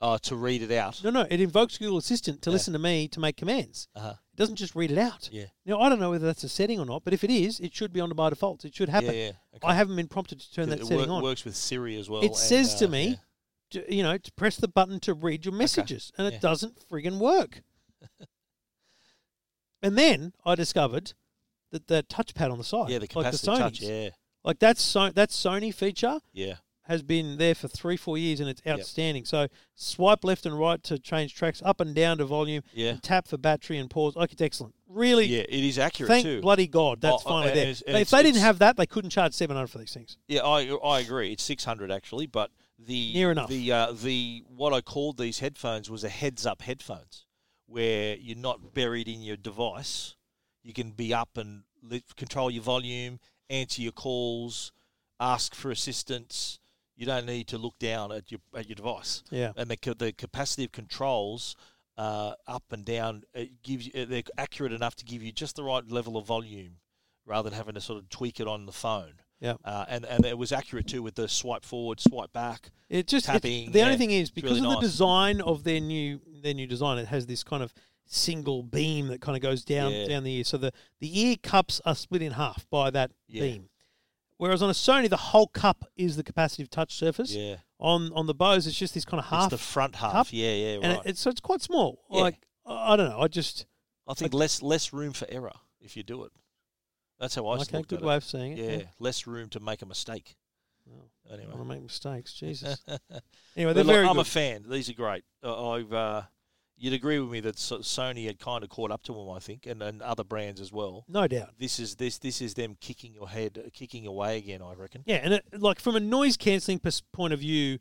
Speaker 2: Oh, to read it out.
Speaker 1: No, no, it invokes Google Assistant to
Speaker 2: Yeah.
Speaker 1: listen to me to make commands.
Speaker 2: Uh-huh.
Speaker 1: It doesn't just read it out.
Speaker 2: Yeah.
Speaker 1: Now I don't know whether that's a setting or not, but if it is, it should be on by default. It should happen.
Speaker 2: Yeah, yeah. Okay.
Speaker 1: I haven't been prompted to turn that
Speaker 2: it
Speaker 1: setting
Speaker 2: wor-
Speaker 1: on.
Speaker 2: works with Siri as well.
Speaker 1: it
Speaker 2: and,
Speaker 1: says to
Speaker 2: uh,
Speaker 1: me,
Speaker 2: yeah.
Speaker 1: to, you know, to press the button to read your messages, and
Speaker 2: Yeah.
Speaker 1: it doesn't friggin' work. and then I discovered that the touchpad on the side,
Speaker 2: yeah, the
Speaker 1: like the
Speaker 2: capacity
Speaker 1: Sony's,
Speaker 2: touch. Yeah,
Speaker 1: like that's so that Sony feature
Speaker 2: yeah.
Speaker 1: has been there for three, four years, and it's outstanding. So swipe left and right to change tracks, up and down to volume,
Speaker 2: Yeah.
Speaker 1: and tap for battery and pause. Like it's excellent. Really,
Speaker 2: Yeah, it is accurate
Speaker 1: thank
Speaker 2: too.
Speaker 1: bloody God that's
Speaker 2: Oh,
Speaker 1: finally
Speaker 2: and
Speaker 1: there.
Speaker 2: it's- and
Speaker 1: if
Speaker 2: it's-
Speaker 1: they didn't
Speaker 2: it's-
Speaker 1: have that, they couldn't charge seven hundred for these things.
Speaker 2: Yeah, I I agree. It's six hundred actually, but the
Speaker 1: Near enough.
Speaker 2: the uh, the what I called these headphones was a heads up headphones, where you're not buried in your device. You can be up and li- control your volume, answer your calls, ask for assistance. You don't need to look down at your at your device.
Speaker 1: Yeah.
Speaker 2: and the ca- the capacity of controls. Uh, up and down, it gives you, they're accurate enough to give you just the right level of volume, rather than having to sort of tweak it on the phone
Speaker 1: Yeah.
Speaker 2: uh, and and it was accurate too with the swipe forward, swipe back.
Speaker 1: It just it-
Speaker 2: tapping,
Speaker 1: the
Speaker 2: yeah,
Speaker 1: only thing is
Speaker 2: it's
Speaker 1: because
Speaker 2: really
Speaker 1: of the
Speaker 2: nice.
Speaker 1: design of their new their new design, it has this kind of single beam that kind of goes down
Speaker 2: Yeah.
Speaker 1: down the ear. So the the ear cups are split in half by that
Speaker 2: Yeah.
Speaker 1: beam. Whereas on a Sony, the whole cup is the capacitive touch surface.
Speaker 2: Yeah,
Speaker 1: On on the Bose, it's just this kind of half,
Speaker 2: it's the front half.
Speaker 1: cup,
Speaker 2: yeah, yeah, right.
Speaker 1: and it, it's so it's quite small.
Speaker 2: Yeah.
Speaker 1: Like I I don't know, I just
Speaker 2: I think less less room for error if you do it. That's how I used to
Speaker 1: okay,
Speaker 2: look
Speaker 1: good
Speaker 2: at
Speaker 1: way
Speaker 2: it.
Speaker 1: of saying it.
Speaker 2: Yeah, less room to make a mistake.
Speaker 1: Wow. I
Speaker 2: Anyway,
Speaker 1: want to make mistakes, Jesus.
Speaker 2: But
Speaker 1: Anyway, they're
Speaker 2: look,
Speaker 1: very
Speaker 2: I'm a
Speaker 1: good.
Speaker 2: fan. These are great. Uh, I've uh, you'd agree with me that So- Sony had kind of caught up to them, I think, and, and other brands as well.
Speaker 1: no doubt.
Speaker 2: This is this this is them kicking your head, kicking away again. I reckon.
Speaker 1: Yeah, and it, like from a noise cancelling pers- point of view,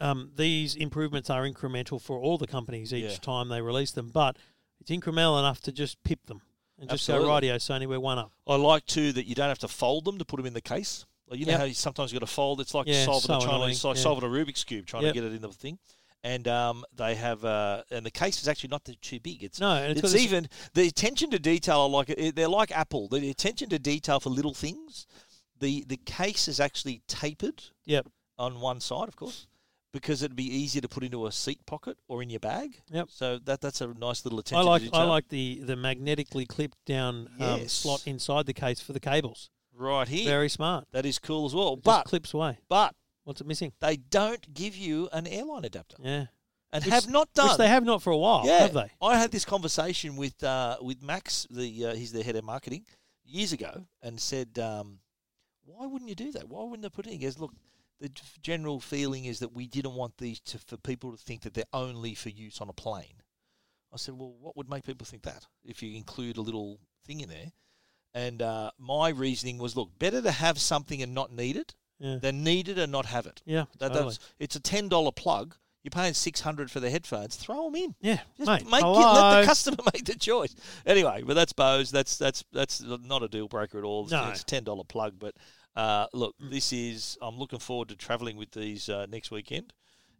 Speaker 1: um, these improvements are incremental for all the companies each
Speaker 2: Yeah.
Speaker 1: time they release them, but it's incremental enough to just pip them and just
Speaker 2: Absolutely.
Speaker 1: go, rightio, Sony, we're one up.
Speaker 2: I like too that you don't have to fold them to put them in the case. Like you know
Speaker 1: Yep.
Speaker 2: how you sometimes you got to fold. It's like
Speaker 1: Yeah,
Speaker 2: solving
Speaker 1: so
Speaker 2: a
Speaker 1: annoying,
Speaker 2: Chinese, like
Speaker 1: yeah.
Speaker 2: solving a Rubik's cube, trying
Speaker 1: Yep.
Speaker 2: to get it in the thing. And um, they have, uh, and the case is actually not that too big. It's
Speaker 1: No, and it's
Speaker 2: it's,
Speaker 1: got this-
Speaker 2: even the attention to detail. Are like it- they're like Apple. The attention to detail for little things. The the case is actually tapered
Speaker 1: Yep.
Speaker 2: on one side, of course, because it'd be easier to put into a seat pocket or in your bag.
Speaker 1: Yep.
Speaker 2: So that that's a nice little
Speaker 1: I
Speaker 2: attention.
Speaker 1: like
Speaker 2: to detail.
Speaker 1: I like the, the magnetically clipped down um,
Speaker 2: Yes.
Speaker 1: slot inside the case for the cables.
Speaker 2: right here.
Speaker 1: Very smart.
Speaker 2: that is cool as well.
Speaker 1: It
Speaker 2: But
Speaker 1: just clips away.
Speaker 2: but
Speaker 1: What's it missing?
Speaker 2: they don't give you an airline adapter
Speaker 1: Yeah,
Speaker 2: and
Speaker 1: Which-
Speaker 2: have not done.
Speaker 1: which they have not for a while,
Speaker 2: yeah,
Speaker 1: Oh, have they?
Speaker 2: I had this conversation with uh, with Max, the uh, he's the head of marketing, years ago, and said, um, "Why wouldn't you do that? Why wouldn't they put it?" in?" He goes, "Look, the g- general feeling is that we didn't want these to, for people to think that they're only for use on a plane." I said, "Well, what would make people think that if you include a little thing in there?" And uh, my reasoning was, "Look, better to have something and not need it
Speaker 1: Yeah,
Speaker 2: than need it and not have it."
Speaker 1: yeah,
Speaker 2: That,
Speaker 1: totally.
Speaker 2: that's, it's a ten dollar plug. You're paying six hundred for the headphones. Throw them in.
Speaker 1: yeah.
Speaker 2: Just
Speaker 1: mate,
Speaker 2: make it, let
Speaker 1: hello.
Speaker 2: the customer make the choice. Anyway, but that's Bose. That's that's that's not a deal breaker at all. It's,
Speaker 1: No. Mm.
Speaker 2: it's a ten dollar plug, but uh, look, this is. I'm looking forward to travelling with these uh, next weekend,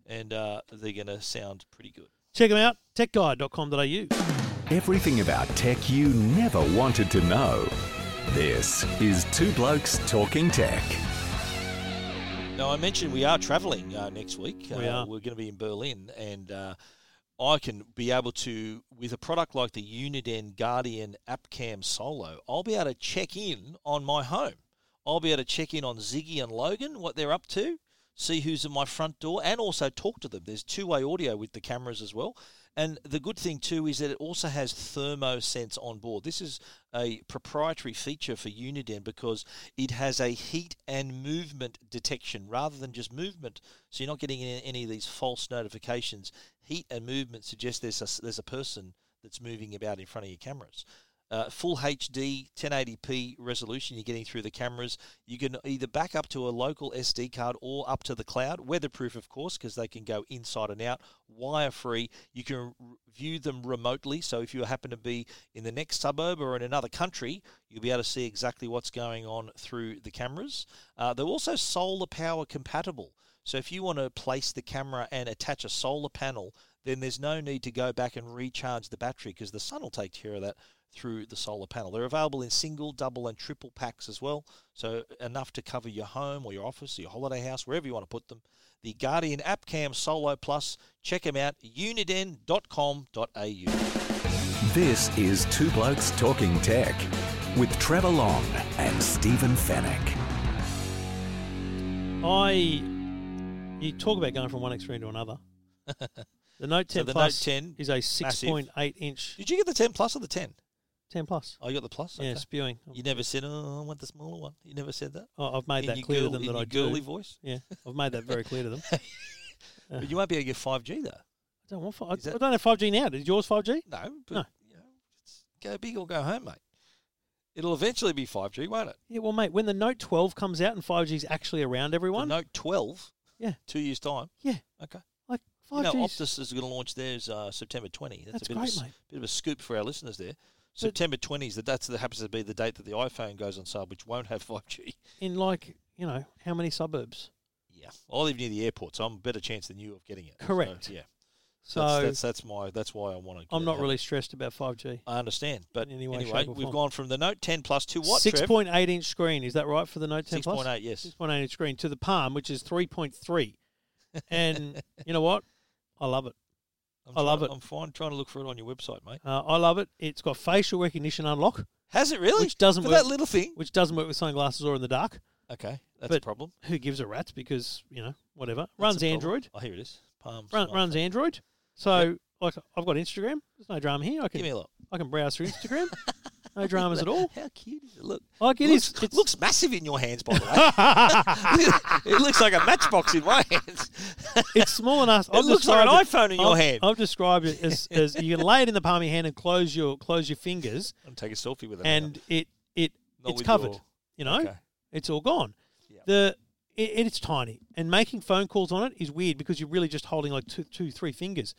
Speaker 2: and uh, they're going to sound pretty good.
Speaker 1: Check them out. Techguide.com.au.
Speaker 3: Everything about tech you never wanted to know. This is Two Blokes Talking Tech.
Speaker 2: Now, I mentioned we are travelling uh, next week.
Speaker 1: We
Speaker 2: uh,
Speaker 1: are.
Speaker 2: We're going to be in Berlin, and uh, I can be able to, with a product like the Uniden Guardian AppCam Solo, I'll be able to check in on my home. I'll be able to check in on Ziggy and Logan, what they're up to, see who's at my front door, and also talk to them. There's two way audio with the cameras as well. And the good thing too is that it also has thermosense on board. This is a proprietary feature for Uniden because it has a heat and movement detection rather than just movement. So you're not getting any- any of these false notifications. Heat and movement suggest there's a, there's a person that's moving about in front of your cameras. Uh, full HD 1080p resolution you're getting through the cameras. You can either back up to a local SD card or up to the cloud, weatherproof, of course, because they can go inside and out, wire free. You can r- view them remotely. So if you happen to be in the next suburb or in another country, you'll be able to see exactly what's going on through the cameras. Uh, they're also solar power compatible. So if you want to place the camera and attach a solar panel, then there's no need to go back and recharge the battery because the sun will take care of that through the solar panel. They're available in single, double, and triple packs as well, so enough to cover your home or your office, or your holiday house, wherever you want to put them. The Guardian AppCam Solo Plus, check them out, uniden.com.au.
Speaker 3: This is Two Blokes Talking Tech with Trevor Long and Stephen Fennec.
Speaker 1: I. You talk about going from one extreme to another. The Note 10
Speaker 2: the Note
Speaker 1: Plus
Speaker 2: 10,
Speaker 1: is a 6.8 inch
Speaker 2: Did you get the 10 plus or the 10?
Speaker 1: 10 Plus.
Speaker 2: Oh, you got the plus?
Speaker 1: Yeah,
Speaker 2: Okay.
Speaker 1: spewing.
Speaker 2: You never said, oh, I want the smaller one. You never said that?
Speaker 1: Oh, I've made
Speaker 2: In
Speaker 1: that
Speaker 2: your
Speaker 1: clear to
Speaker 2: girl-
Speaker 1: them
Speaker 2: in
Speaker 1: that
Speaker 2: your
Speaker 1: I
Speaker 2: girly
Speaker 1: do. Uh-huh.
Speaker 2: voice?
Speaker 1: Yeah, I've made that very clear to them.
Speaker 2: But you won't be able to get 5G, though.
Speaker 1: I don't want fi- I,
Speaker 2: Is that-
Speaker 1: I don't have 5G now. Did yours 5G?
Speaker 2: No, but,
Speaker 1: No.
Speaker 2: you know, it's go big or go home, mate. It'll eventually be 5G, won't it?
Speaker 1: Yeah, well, mate, when the Note 12 comes out and 5G is actually around
Speaker 2: The
Speaker 1: everyone,
Speaker 2: Note 12,
Speaker 1: Yeah.
Speaker 2: two years' time.
Speaker 1: yeah,
Speaker 2: Okay.
Speaker 1: like
Speaker 2: you
Speaker 1: 5G.
Speaker 2: know, Optus is going to launch theirs uh, September 20. That's,
Speaker 1: That's
Speaker 2: a bit,
Speaker 1: great,
Speaker 2: of a, s-
Speaker 1: mate.
Speaker 2: bit of a scoop for our listeners there. September 20 is the that's that happens to be the date that the iPhone goes on sale, which won't have 5G.
Speaker 1: in like you know how many suburbs?
Speaker 2: Yeah, I live near the airport, so I'm a better chance than you of getting it. So,
Speaker 1: Correct.
Speaker 2: yeah.
Speaker 1: So
Speaker 2: that's, that's that's my that's why I want to.
Speaker 1: I'm not really stressed about 5G.
Speaker 2: I understand, but
Speaker 1: in any way,
Speaker 2: anyway,
Speaker 1: shape, or
Speaker 2: we've
Speaker 1: form.
Speaker 2: gone from the Note 10 Plus to what?
Speaker 1: Six
Speaker 2: Trev?
Speaker 1: point eight inch screen is that right for the Note 10 Plus?
Speaker 2: 6.8, yes.
Speaker 1: Six point eight inch screen to the Palm, which is three point three, and you know what? I love it.
Speaker 2: I'm
Speaker 1: I love
Speaker 2: trying-
Speaker 1: it.
Speaker 2: I'm fine trying to look for it on your website, mate.
Speaker 1: Uh, I love it. It's got facial recognition unlock,
Speaker 2: Has it really?
Speaker 1: Which doesn't
Speaker 2: for
Speaker 1: work.
Speaker 2: that little thing.
Speaker 1: which doesn't work with sunglasses or in the dark.
Speaker 2: Okay, that's a
Speaker 1: But-
Speaker 2: problem.
Speaker 1: Who gives a rat's? Because you know whatever
Speaker 2: That's a
Speaker 1: runs
Speaker 2: problem.
Speaker 1: Android,
Speaker 2: Oh, here it is. Palm.
Speaker 1: run,
Speaker 2: smartphone.
Speaker 1: runs Android. So like I've got Instagram. There's no drama here. I
Speaker 2: Give me
Speaker 1: can
Speaker 2: a look.
Speaker 1: I can browse through Instagram. no dramas at all.
Speaker 2: How cute is it? Look.
Speaker 1: Like it
Speaker 2: looks,
Speaker 1: is- it's-
Speaker 2: looks massive in your hands, by the way. it looks like a matchbox in my hands.
Speaker 1: It's small enough. I've
Speaker 2: looks like an
Speaker 1: described
Speaker 2: iPhone in your
Speaker 1: I've-
Speaker 2: hand.
Speaker 1: I've described it as, as you can lay it in the palm of your hand and close your close your fingers,
Speaker 2: I'm taking a selfie with it. hang on.
Speaker 1: and it it
Speaker 2: Not
Speaker 1: it's
Speaker 2: with
Speaker 1: covered.
Speaker 2: your-
Speaker 1: You know,
Speaker 2: Okay.
Speaker 1: it's all gone.
Speaker 2: Yeah.
Speaker 1: The it, it's tiny, and making phone calls on it is weird because you're really just holding like two, two, three fingers.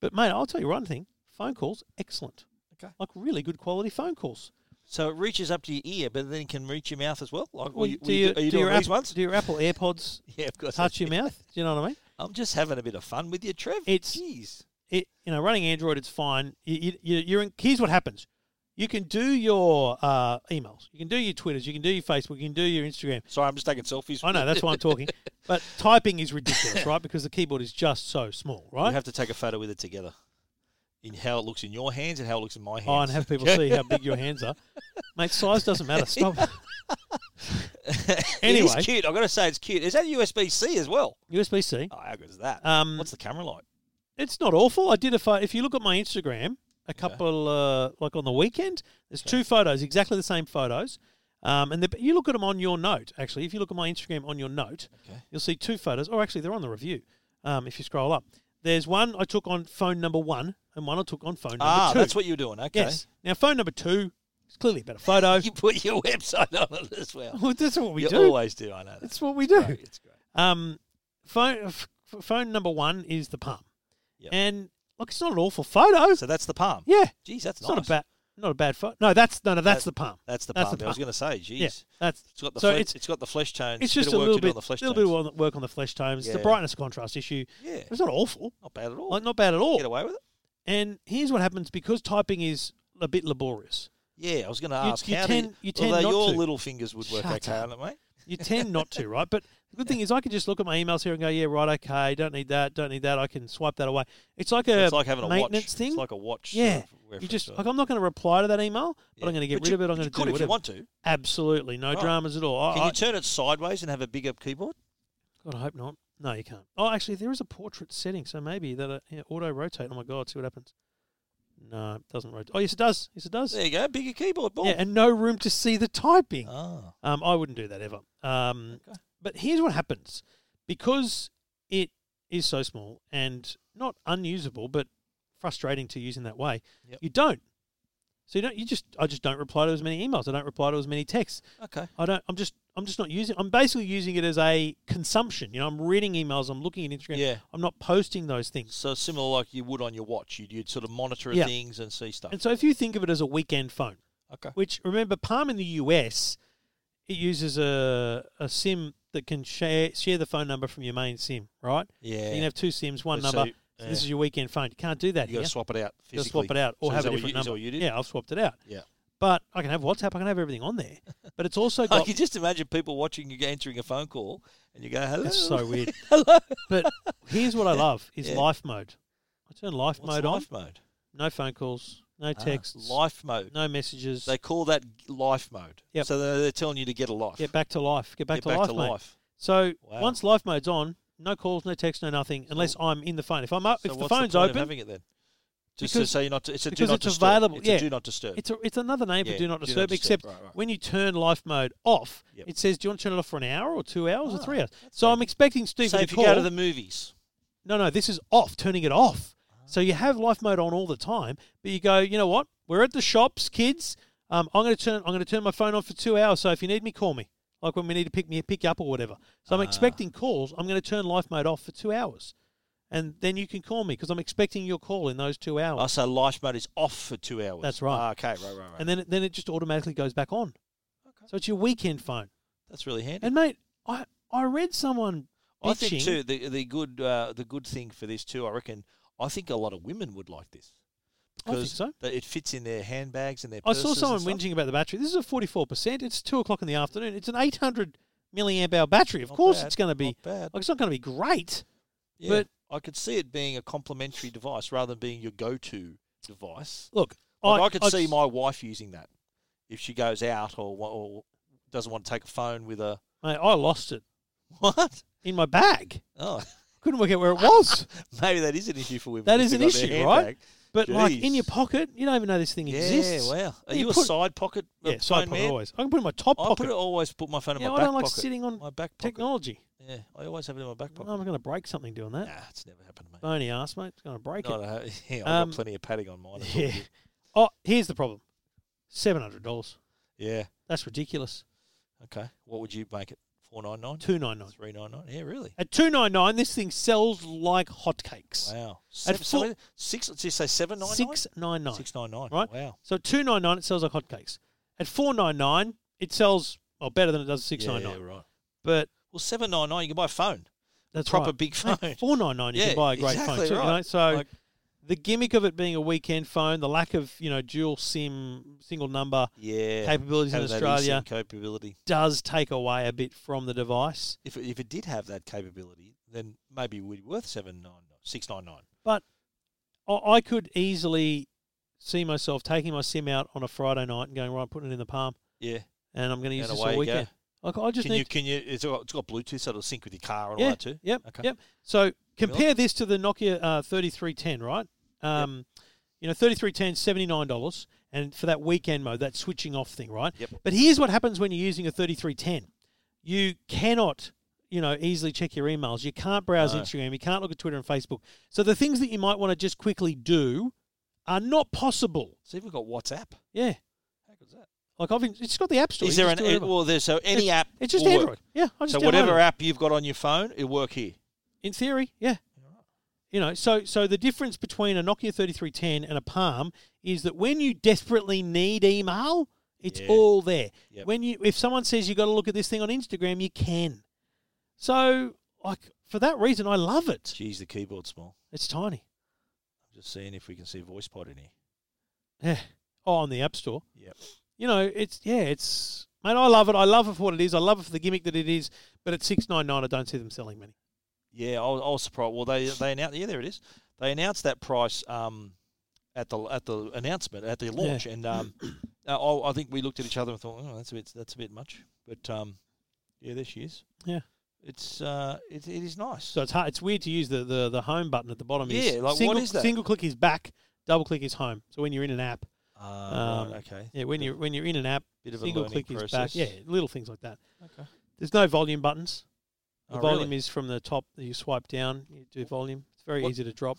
Speaker 1: But mate, I'll tell you one thing: phone calls, excellent.
Speaker 2: Okay.
Speaker 1: Like really good quality phone calls.
Speaker 2: So it reaches up to your ear, but then it can reach your mouth as well. Like, will
Speaker 1: Well,
Speaker 2: you,
Speaker 1: do
Speaker 2: will you
Speaker 1: your-
Speaker 2: do- are you
Speaker 1: do
Speaker 2: doing
Speaker 1: your
Speaker 2: these
Speaker 1: Apple-
Speaker 2: ones?
Speaker 1: Do your Apple AirPods
Speaker 2: Yeah, of course.
Speaker 1: touch your mouth? Do you know what I mean?
Speaker 2: I'm just having a bit of fun with you, Trev.
Speaker 1: It's-
Speaker 2: Jeez.
Speaker 1: it you know running Android it's fine. You, you, you're in, here's what happens: you can do your uh, emails, you can do your Twitters, you can do your Facebook, you can do your Instagram.
Speaker 2: Sorry, I'm just taking selfies.
Speaker 1: I know that's why I'm talking. But typing is ridiculous, right? Because the keyboard is just so small,
Speaker 2: We
Speaker 1: right?
Speaker 2: have to take a photo with it together. In how it looks in your hands and how it looks in my hands.
Speaker 1: oh, and have people see how big your hands are, mate. Size doesn't matter. Stop.
Speaker 2: it
Speaker 1: anyway.
Speaker 2: is cute. I've got to say it's cute. Is that USB C as well?
Speaker 1: USB C.
Speaker 2: Oh, how good is that?
Speaker 1: Um,
Speaker 2: What's the camera like?
Speaker 1: It's not awful. I did a photo. If you look at my Instagram, a couple uh, like on the weekend, there's two photos, exactly the same photos. Um, and the, you look at them on your note. Actually, if you look at my Instagram on your note,
Speaker 2: Okay.
Speaker 1: you'll see two photos. Or actually, they're on the review. Um, if you scroll up, there's one I took on phone number one, and one I took on phone number
Speaker 2: Ah,
Speaker 1: two.
Speaker 2: that's what you're doing. Okay.
Speaker 1: Yes. Now, phone number two is clearly a better photo.
Speaker 2: You put your website on it as well.
Speaker 1: well, that's what we
Speaker 2: you
Speaker 1: do.
Speaker 2: always do. I know. That's
Speaker 1: That's what we do.
Speaker 2: great. It's great.
Speaker 1: Um, phone f- f- phone number one is the palm,
Speaker 2: Yep.
Speaker 1: and look, it's not an awful photo.
Speaker 2: So that's the palm.
Speaker 1: yeah, it's
Speaker 2: Geez, that's
Speaker 1: not a
Speaker 2: nice.
Speaker 1: bad not a bad photo. No, that's no, no, that's
Speaker 2: That-
Speaker 1: the palm.
Speaker 2: That's the
Speaker 1: That's
Speaker 2: palm.
Speaker 1: the
Speaker 2: I was
Speaker 1: palm.
Speaker 2: going to say, geez,
Speaker 1: Yeah, that's
Speaker 2: it's got the
Speaker 1: so
Speaker 2: flesh,
Speaker 1: it's
Speaker 2: it's got the flesh tones.
Speaker 1: it's
Speaker 2: bit
Speaker 1: just
Speaker 2: of
Speaker 1: a
Speaker 2: work
Speaker 1: little
Speaker 2: to do
Speaker 1: bit
Speaker 2: on the flesh
Speaker 1: little bit of
Speaker 2: tones.
Speaker 1: wo- work on the flesh tones. The
Speaker 2: Yeah.
Speaker 1: brightness contrast issue.
Speaker 2: Yeah.
Speaker 1: It's not awful.
Speaker 2: Not bad at all.
Speaker 1: Like not bad at all.
Speaker 2: Get away with it.
Speaker 1: And here's what happens because typing is a bit laborious.
Speaker 2: Yeah, I was going to
Speaker 1: You-
Speaker 2: ask.
Speaker 1: you
Speaker 2: how do
Speaker 1: tend- you tend
Speaker 2: although
Speaker 1: not
Speaker 2: your
Speaker 1: to.
Speaker 2: little fingers would work
Speaker 1: Shut
Speaker 2: okay
Speaker 1: up.
Speaker 2: on it, mate.
Speaker 1: You tend not to, right? But the good thing is I can just look at my emails here and go, yeah, right, okay, don't need that, don't need that. I can swipe that away. It's like a
Speaker 2: It's like having a watch.
Speaker 1: uh, maintenance thing.
Speaker 2: It's like a watch. sort
Speaker 1: yeah,
Speaker 2: of
Speaker 1: you
Speaker 2: reference
Speaker 1: just
Speaker 2: to it.
Speaker 1: like I'm not going to reply to that email, but I'm going
Speaker 2: Yeah.
Speaker 1: to get
Speaker 2: But
Speaker 1: rid
Speaker 2: you-
Speaker 1: of it. I'm
Speaker 2: but
Speaker 1: going
Speaker 2: you
Speaker 1: to do
Speaker 2: could if
Speaker 1: whatever.
Speaker 2: you want to.
Speaker 1: Absolutely, no
Speaker 2: Right.
Speaker 1: dramas at all. I,
Speaker 2: Can
Speaker 1: I,
Speaker 2: you turn it sideways and have a bigger keyboard?
Speaker 1: God, I hope not. No, you can't. Oh, actually, there is a portrait setting, so maybe that uh, yeah, auto rotate. Oh my God, see what happens. No, it doesn't rotate. Oh yes, it does. Yes, it does.
Speaker 2: There you go, bigger keyboard. Boom.
Speaker 1: Yeah, and no room to see the typing.
Speaker 2: Ah,
Speaker 1: Um, I wouldn't do that ever. Um,
Speaker 2: Okay.
Speaker 1: But here's what happens because it is so small and not unusable, but frustrating to use in that way.
Speaker 2: Yep.
Speaker 1: You don't. So you don't. You just. I just don't reply to as many emails. I don't reply to as many texts.
Speaker 2: okay.
Speaker 1: I don't. I'm just. I'm just not using. I'm basically using it as a consumption. You know, I'm reading emails. I'm looking at Instagram.
Speaker 2: Yeah.
Speaker 1: I'm not posting those things.
Speaker 2: So similar like you would on your watch. You'd, you'd sort of monitor
Speaker 1: Yeah.
Speaker 2: things and see stuff.
Speaker 1: And so if you think of it as a weekend phone,
Speaker 2: okay.
Speaker 1: which remember Palm in the US, it uses a a SIM that can share share the phone number from your main SIM, right?
Speaker 2: Yeah.
Speaker 1: You can have two SIMs, one
Speaker 2: So
Speaker 1: number.
Speaker 2: you-
Speaker 1: So
Speaker 2: yeah.
Speaker 1: this is your weekend phone. You can't do that
Speaker 2: you got
Speaker 1: here.
Speaker 2: to swap it out
Speaker 1: Just
Speaker 2: physically.
Speaker 1: swap it out or
Speaker 2: So is
Speaker 1: have a
Speaker 2: that what
Speaker 1: different
Speaker 2: you- is that
Speaker 1: number.
Speaker 2: what you did?
Speaker 1: Yeah, I've swapped it out.
Speaker 2: Yeah.
Speaker 1: But I can have WhatsApp. I can have everything on there. But it's also
Speaker 2: I
Speaker 1: got.
Speaker 2: can just imagine people watching you go- answering a phone call and you go, hello.
Speaker 1: It's so weird. But here's what I love is
Speaker 2: Yeah.
Speaker 1: life mode. I turn life
Speaker 2: What's
Speaker 1: mode
Speaker 2: life mode?
Speaker 1: on. No phone calls. No
Speaker 2: Ah,
Speaker 1: texts.
Speaker 2: life mode.
Speaker 1: No messages.
Speaker 2: They call that g- life mode.
Speaker 1: Yep.
Speaker 2: So they're, they're telling you to get a life.
Speaker 1: Get back to life. Get back
Speaker 2: Get
Speaker 1: to life, mate.
Speaker 2: life.
Speaker 1: So
Speaker 2: Wow.
Speaker 1: once life mode's on, no calls, no text, no nothing, unless I'm in the phone. If I'm up,
Speaker 2: So
Speaker 1: if the
Speaker 2: what's
Speaker 1: phone's
Speaker 2: the point of
Speaker 1: open,
Speaker 2: having it then? Just to
Speaker 1: Because-
Speaker 2: say you're not. It's a do
Speaker 1: because
Speaker 2: not
Speaker 1: it's
Speaker 2: disturb.
Speaker 1: available,
Speaker 2: It's
Speaker 1: yeah.
Speaker 2: a do not disturb.
Speaker 1: it's a, it's another name
Speaker 2: Yeah,
Speaker 1: for do not disturb. except
Speaker 2: Right, right.
Speaker 1: when you turn life mode off,
Speaker 2: Yep.
Speaker 1: it says, "Do you want to turn it off for an hour or two hours or
Speaker 2: Ah,
Speaker 1: three hours?"
Speaker 2: that's
Speaker 1: So
Speaker 2: handy.
Speaker 1: I'm expecting Steve
Speaker 2: so
Speaker 1: to
Speaker 2: if you
Speaker 1: call.
Speaker 2: go to the movies,
Speaker 1: no, no, this is off. Turning it off. So you have life mode on all the time, but you go, you know what? We're at the shops, kids. Um, I'm going to turn. I'm going to turn my phone on for two hours. So if you need me, call me. Like when we need to pick me pick you up or whatever. So I'm
Speaker 2: Ah.
Speaker 1: expecting calls. I'm going to turn life mode off for two hours, and then you can call me because I'm expecting your call in those two hours.
Speaker 2: I say life mode is off for two hours.
Speaker 1: Oh. That's right.
Speaker 2: Ah, okay, right, right, right.
Speaker 1: And then it- then it just automatically goes back on.
Speaker 2: Okay.
Speaker 1: So it's your weekend phone.
Speaker 2: That's really handy.
Speaker 1: And mate, I I read someone
Speaker 2: I think
Speaker 1: bitching-
Speaker 2: too the the good uh, the good thing for this too. I reckon I think a lot of women would like this
Speaker 1: I think
Speaker 2: because
Speaker 1: so.
Speaker 2: th- it fits in their handbags and their.
Speaker 1: I saw
Speaker 2: purses and
Speaker 1: someone
Speaker 2: stuff.
Speaker 1: whinging about the battery. This is a forty four percent. It's two o'clock in the afternoon. It's an eight hundred milliamp hour battery. Of
Speaker 2: Not
Speaker 1: course,
Speaker 2: bad,
Speaker 1: it's going to be
Speaker 2: not bad.
Speaker 1: like it's not going to be great.
Speaker 2: Yeah,
Speaker 1: but-
Speaker 2: I could see it being a complementary device rather than being your go-to device.
Speaker 1: Look,
Speaker 2: Like I, could see
Speaker 1: s-
Speaker 2: my wife using that if she goes out or wa- or doesn't want to take a phone with a
Speaker 1: mate, I lost it
Speaker 2: what?
Speaker 1: in my bag.
Speaker 2: Oh,
Speaker 1: Couldn't work out where it was.
Speaker 2: maybe that is an issue for women.
Speaker 1: That
Speaker 2: if
Speaker 1: is
Speaker 2: they've
Speaker 1: an
Speaker 2: got their
Speaker 1: issue, right?
Speaker 2: handbag.
Speaker 1: But like in
Speaker 2: Jeez.
Speaker 1: your pocket, you don't even know this thing
Speaker 2: Yeah,
Speaker 1: exists.
Speaker 2: wow. Are
Speaker 1: You
Speaker 2: you, a
Speaker 1: put-
Speaker 2: side pocket?
Speaker 1: Yeah,
Speaker 2: phone
Speaker 1: side pocket
Speaker 2: man?
Speaker 1: always. I can put it in my top
Speaker 2: I
Speaker 1: pocket.
Speaker 2: put it, always put my phone in
Speaker 1: yeah,
Speaker 2: my
Speaker 1: I
Speaker 2: back
Speaker 1: don't like
Speaker 2: pocket.
Speaker 1: sitting on
Speaker 2: my back pocket.
Speaker 1: technology.
Speaker 2: Yeah, I always have it in my back
Speaker 1: No,
Speaker 2: pocket.
Speaker 1: I'm going to break something doing that.
Speaker 2: Nah, it's never happened to me.
Speaker 1: Bony ass, mate. It's going to break it.
Speaker 2: No, no, yeah, I've
Speaker 1: Um,
Speaker 2: got plenty of padding on mine. it's all
Speaker 1: Yeah.
Speaker 2: good.
Speaker 1: Oh, here's the problem. Seven hundred dollars.
Speaker 2: yeah.
Speaker 1: That's ridiculous.
Speaker 2: Okay. What would you make it? Four nine nine.
Speaker 1: Two nine nine.
Speaker 2: Three nine nine. Yeah, really.
Speaker 1: At two nine nine, this thing sells like hotcakes.
Speaker 2: Wow. Seven, so
Speaker 1: full-
Speaker 2: many- six. Did you say seven nine
Speaker 1: Six nine nine.
Speaker 2: Six nine nine.
Speaker 1: Right.
Speaker 2: Wow.
Speaker 1: So at two nine nine, it sells like hotcakes. At four nine nine, it sells well better than it does at six
Speaker 2: yeah,
Speaker 1: nine nine.
Speaker 2: Right.
Speaker 1: But
Speaker 2: Well, seven nine nine. You can buy a phone.
Speaker 1: that's
Speaker 2: Proper
Speaker 1: right.
Speaker 2: big phone.
Speaker 1: Four nine nine, you
Speaker 2: Yeah,
Speaker 1: can buy a great
Speaker 2: exactly
Speaker 1: phone too. you
Speaker 2: right.
Speaker 1: know? So
Speaker 2: Like-
Speaker 1: the gimmick of it being a weekend phone, the lack of you know dual SIM single number
Speaker 2: Yeah.
Speaker 1: capabilities in
Speaker 2: Have that
Speaker 1: Australia
Speaker 2: eSIM capability.
Speaker 1: does take away a bit from the device.
Speaker 2: If it, if it did have that capability, then maybe it would be worth seven nine six nine nine.
Speaker 1: But I, I could easily see myself taking my SIM out on a Friday night and going right, putting it in the palm,
Speaker 2: Yeah.
Speaker 1: and I'm going to use
Speaker 2: And
Speaker 1: this
Speaker 2: away
Speaker 1: all
Speaker 2: you go.
Speaker 1: weekend. Like I just
Speaker 2: Can
Speaker 1: need
Speaker 2: you can you? It's got, it's got Bluetooth, so it'll sync with your car and
Speaker 1: yeah,
Speaker 2: all that too.
Speaker 1: Yep.
Speaker 2: Okay.
Speaker 1: Yep. So compare this to the Nokia uh, 3310, right? Um, You know, 3310, $79. And for that weekend mode, that switching off thing, right?
Speaker 2: Yep.
Speaker 1: But here's what happens when you're using a 3310. You cannot, you know, easily check your emails. You can't browse
Speaker 2: No.
Speaker 1: Instagram. You can't look at Twitter and Facebook. So the things that you might want to just quickly do are not possible.
Speaker 2: See, we've got WhatsApp.
Speaker 1: Yeah.
Speaker 2: How good's that?
Speaker 1: Like, I've, it's got the App Store.
Speaker 2: Is
Speaker 1: You
Speaker 2: there
Speaker 1: can
Speaker 2: an
Speaker 1: just do whatever.
Speaker 2: well? There's so any app.
Speaker 1: It's just
Speaker 2: will work.
Speaker 1: Android. Yeah. I just
Speaker 2: So
Speaker 1: downloaded
Speaker 2: whatever
Speaker 1: it.
Speaker 2: app you've got on your phone, it'll work here.
Speaker 1: In theory, yeah. You know, so so the difference between a Nokia 3310 and a Palm is that when you desperately need email, it's
Speaker 2: Yeah.
Speaker 1: all there.
Speaker 2: Yep.
Speaker 1: When you if someone says you got to look at this thing on Instagram, you can. So like for that reason, I love it.
Speaker 2: Geez, the keyboard's small.
Speaker 1: It's tiny.
Speaker 2: I'm just seeing if we can see VoicePod in here.
Speaker 1: Yeah. Oh, on the App Store.
Speaker 2: Yep.
Speaker 1: You know, it's yeah, it's mate. I love it. I love it for what it is. I love it for the gimmick that it is. But at six nine nine, I don't see them selling many.
Speaker 2: Yeah, I was, I was surprised. Well, they they announced. Yeah, there it is. They announced that price um, at the at the announcement at the launch, and um, uh, I, I think we looked at each other and thought, oh, that's a bit that's a bit much. But um, yeah, there she is.
Speaker 1: Yeah.
Speaker 2: It's uh, it, it is nice.
Speaker 1: So it's hard, it's weird to use the, the, the home button at the bottom. is
Speaker 2: Yeah, like, what
Speaker 1: single,
Speaker 2: is that?
Speaker 1: Single click is back, double click is home. So when you're in an app,
Speaker 2: uh,
Speaker 1: um,
Speaker 2: right, okay.
Speaker 1: yeah, when you're when you're in an app,
Speaker 2: Bit of a
Speaker 1: single
Speaker 2: learning
Speaker 1: click is back.
Speaker 2: process.
Speaker 1: Yeah, little things like that.
Speaker 2: Okay.
Speaker 1: There's no volume buttons. The
Speaker 2: Oh, really?
Speaker 1: volume is from the top. You swipe down, you do volume. It's very
Speaker 2: What-
Speaker 1: easy to drop.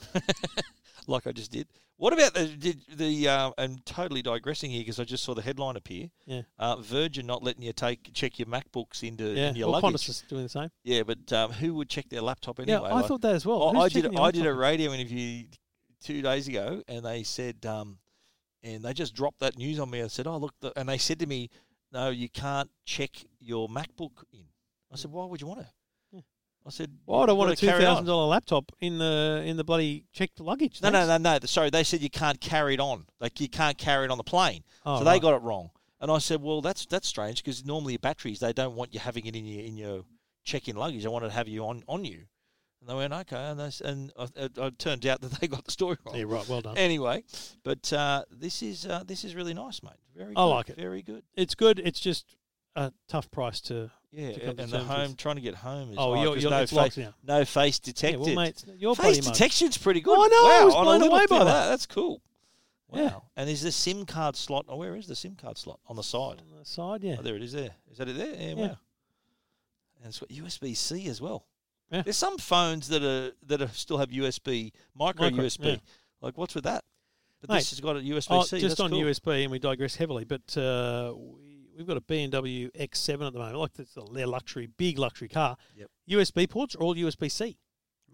Speaker 2: like I just did. What about the did the? Uh, I'm totally digressing here because I just saw the headline appear.
Speaker 1: Yeah.
Speaker 2: Uh, Virgin not letting you take check your MacBooks into
Speaker 1: yeah,
Speaker 2: in your
Speaker 1: well, Qantas
Speaker 2: luggage.
Speaker 1: is doing the same.
Speaker 2: Yeah, but um, who would check their laptop anyway?
Speaker 1: yeah, I
Speaker 2: Like,
Speaker 1: thought that as well.
Speaker 2: I-
Speaker 1: Who's
Speaker 2: I did.
Speaker 1: checking
Speaker 2: I
Speaker 1: your
Speaker 2: did a
Speaker 1: laptop?
Speaker 2: radio interview two days ago, and they said, um, and they just dropped that news on me. I said, "Oh, look," the, and they said to me, "No, you can't check your MacBook in." I said, "Why would you want to?"
Speaker 1: Yeah.
Speaker 2: I said,
Speaker 1: Well, I don't
Speaker 2: "You've
Speaker 1: want a
Speaker 2: gotta
Speaker 1: two
Speaker 2: carry it on."
Speaker 1: thousand dollar laptop in the in the bloody checked luggage.
Speaker 2: No, no,
Speaker 1: thanks.
Speaker 2: no, no. Sorry, they said you can't carry it on. Like you can't carry it on the plane.
Speaker 1: Oh,
Speaker 2: so they
Speaker 1: right.
Speaker 2: got it wrong. And I said, well, that's that's strange because normally your batteries they don't want you having it in your in your check-in luggage. They wanted to have you on on you. And they went okay. And they, s- and I, it, it turned out that they got the story wrong.
Speaker 1: Yeah, right. Well done.
Speaker 2: Anyway, but uh, this is uh, this is really nice, mate. Very,
Speaker 1: I
Speaker 2: good,
Speaker 1: like it.
Speaker 2: Very good.
Speaker 1: It's good. It's just a tough price to.
Speaker 2: Yeah,
Speaker 1: To come
Speaker 2: and
Speaker 1: to
Speaker 2: the
Speaker 1: terms with.
Speaker 2: home trying to get home is
Speaker 1: Oh, you're-
Speaker 2: 'cause
Speaker 1: you're-
Speaker 2: no
Speaker 1: it's locked
Speaker 2: face,
Speaker 1: now.
Speaker 2: no face
Speaker 1: Yeah,
Speaker 2: detected.
Speaker 1: well, mate, your
Speaker 2: Face
Speaker 1: bloody mode.
Speaker 2: detection's pretty good.
Speaker 1: Oh, I know, I
Speaker 2: Wow,
Speaker 1: was
Speaker 2: on a
Speaker 1: blown
Speaker 2: little
Speaker 1: away
Speaker 2: thing
Speaker 1: by
Speaker 2: like
Speaker 1: that.
Speaker 2: That's cool. Wow.
Speaker 1: Yeah.
Speaker 2: And is the SIM card slot? Oh, where is the SIM card slot on the side?
Speaker 1: On the side, yeah.
Speaker 2: Oh, there it is. There is that it. There. Yeah.
Speaker 1: Yeah.
Speaker 2: Wow. And it's got USB C as well.
Speaker 1: Yeah.
Speaker 2: There's some phones that are that are still have USB micro,
Speaker 1: Micro,
Speaker 2: USB.
Speaker 1: yeah.
Speaker 2: Like what's with that? But
Speaker 1: Mate,
Speaker 2: this has got a USB
Speaker 1: Oh,
Speaker 2: C.
Speaker 1: just
Speaker 2: that's
Speaker 1: on
Speaker 2: cool.
Speaker 1: USB, and we digress heavily, but uh, we, we've got a BMW X7 at the moment. Like it's a, their luxury, big luxury car.
Speaker 2: Yep.
Speaker 1: USB ports are all USB C.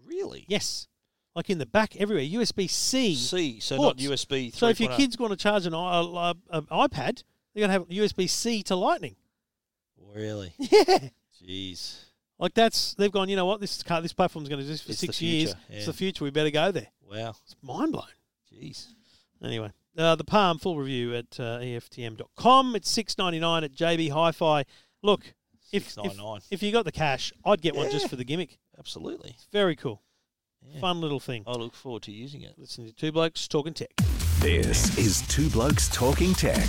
Speaker 2: Really?
Speaker 1: Yes, like in the back everywhere USB C.
Speaker 2: C. So
Speaker 1: ports.
Speaker 2: not USB.
Speaker 1: so if your
Speaker 2: 3.0.
Speaker 1: kids want to charge an i- uh, um, iPad, they're going to have USB C to Lightning.
Speaker 2: oh. Really?
Speaker 1: Yeah.
Speaker 2: Jeez.
Speaker 1: Like that's they've gone. You know what? This car, this platform's going to do this for
Speaker 2: It's the
Speaker 1: six years.
Speaker 2: future,
Speaker 1: It's
Speaker 2: yeah.
Speaker 1: the future. We better go there.
Speaker 2: Wow.
Speaker 1: It's mind blown.
Speaker 2: Jeez.
Speaker 1: Anyway, uh, the Palm full review at uh, EFTM.com. It's six ninety nine at JB Hi-Fi. Look, if, if
Speaker 2: 699.
Speaker 1: if you got the cash, I'd get one just
Speaker 2: Yeah.
Speaker 1: for the gimmick.
Speaker 2: Absolutely.
Speaker 1: It's very cool,
Speaker 2: Yeah. Oh,
Speaker 1: fun little thing.
Speaker 2: I look forward to using it.
Speaker 1: Listen to two blokes talking tech.
Speaker 3: This is Two Blokes Talking Tech.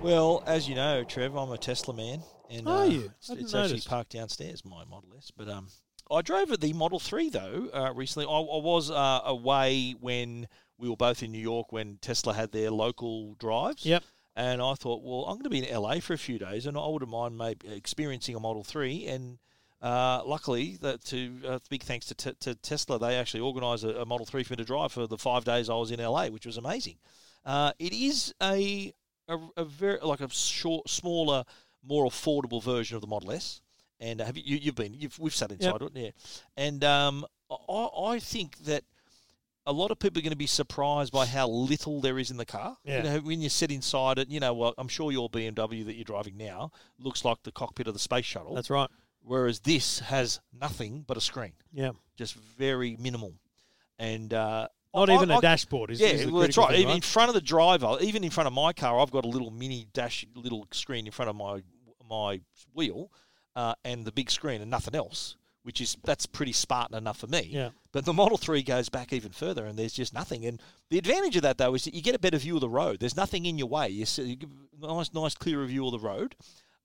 Speaker 2: Well, as you know, Trev, I'm a Tesla man, and
Speaker 1: Are
Speaker 2: uh,
Speaker 1: you?
Speaker 2: It's,
Speaker 1: I didn't
Speaker 2: it's actually
Speaker 1: notice.
Speaker 2: parked downstairs, my Model S. But um, I drove at the Model Three though uh, recently. I, I was uh, away when we were both in New York when Tesla had their local drives.
Speaker 1: Yep.
Speaker 2: And I thought, well, I'm going to be in LA for a few days, and I wouldn't mind maybe experiencing a Model Three. And uh, luckily, that to uh, big thanks to, t- to Tesla, they actually organised a, a Model Three for me to drive for the five days I was in LA, which was amazing. Uh, it is a a, a very like a short, smaller, more affordable version of the Model S. And uh, have you, you you've been you've we've sat inside it, yeah. And um, I, I think that a lot of people are going to be surprised by how little there is in the car.
Speaker 1: Yeah.
Speaker 2: You know, when you sit inside it, you know, well, I'm sure your BMW that you're driving now looks like the cockpit of the space shuttle,
Speaker 1: That's right.
Speaker 2: whereas this has nothing but a screen
Speaker 1: Yeah.
Speaker 2: just very minimal. and uh,
Speaker 1: Not
Speaker 2: I-
Speaker 1: even
Speaker 2: I-
Speaker 1: a dashboard is,
Speaker 2: yeah,
Speaker 1: is the
Speaker 2: well, that's
Speaker 1: critical
Speaker 2: right.
Speaker 1: thing,
Speaker 2: Even In front of the driver, even in front of my car, I've got a little mini dash, little screen in front of my my wheel, uh, and the big screen, and nothing else. Which is that's pretty Spartan enough for me.
Speaker 1: Yeah.
Speaker 2: But the Model Three goes back even further, and there's just nothing. And the advantage of that though is that you get a better view of the road. There's nothing in your way. You see, you get a nice, nice, clearer view of the road,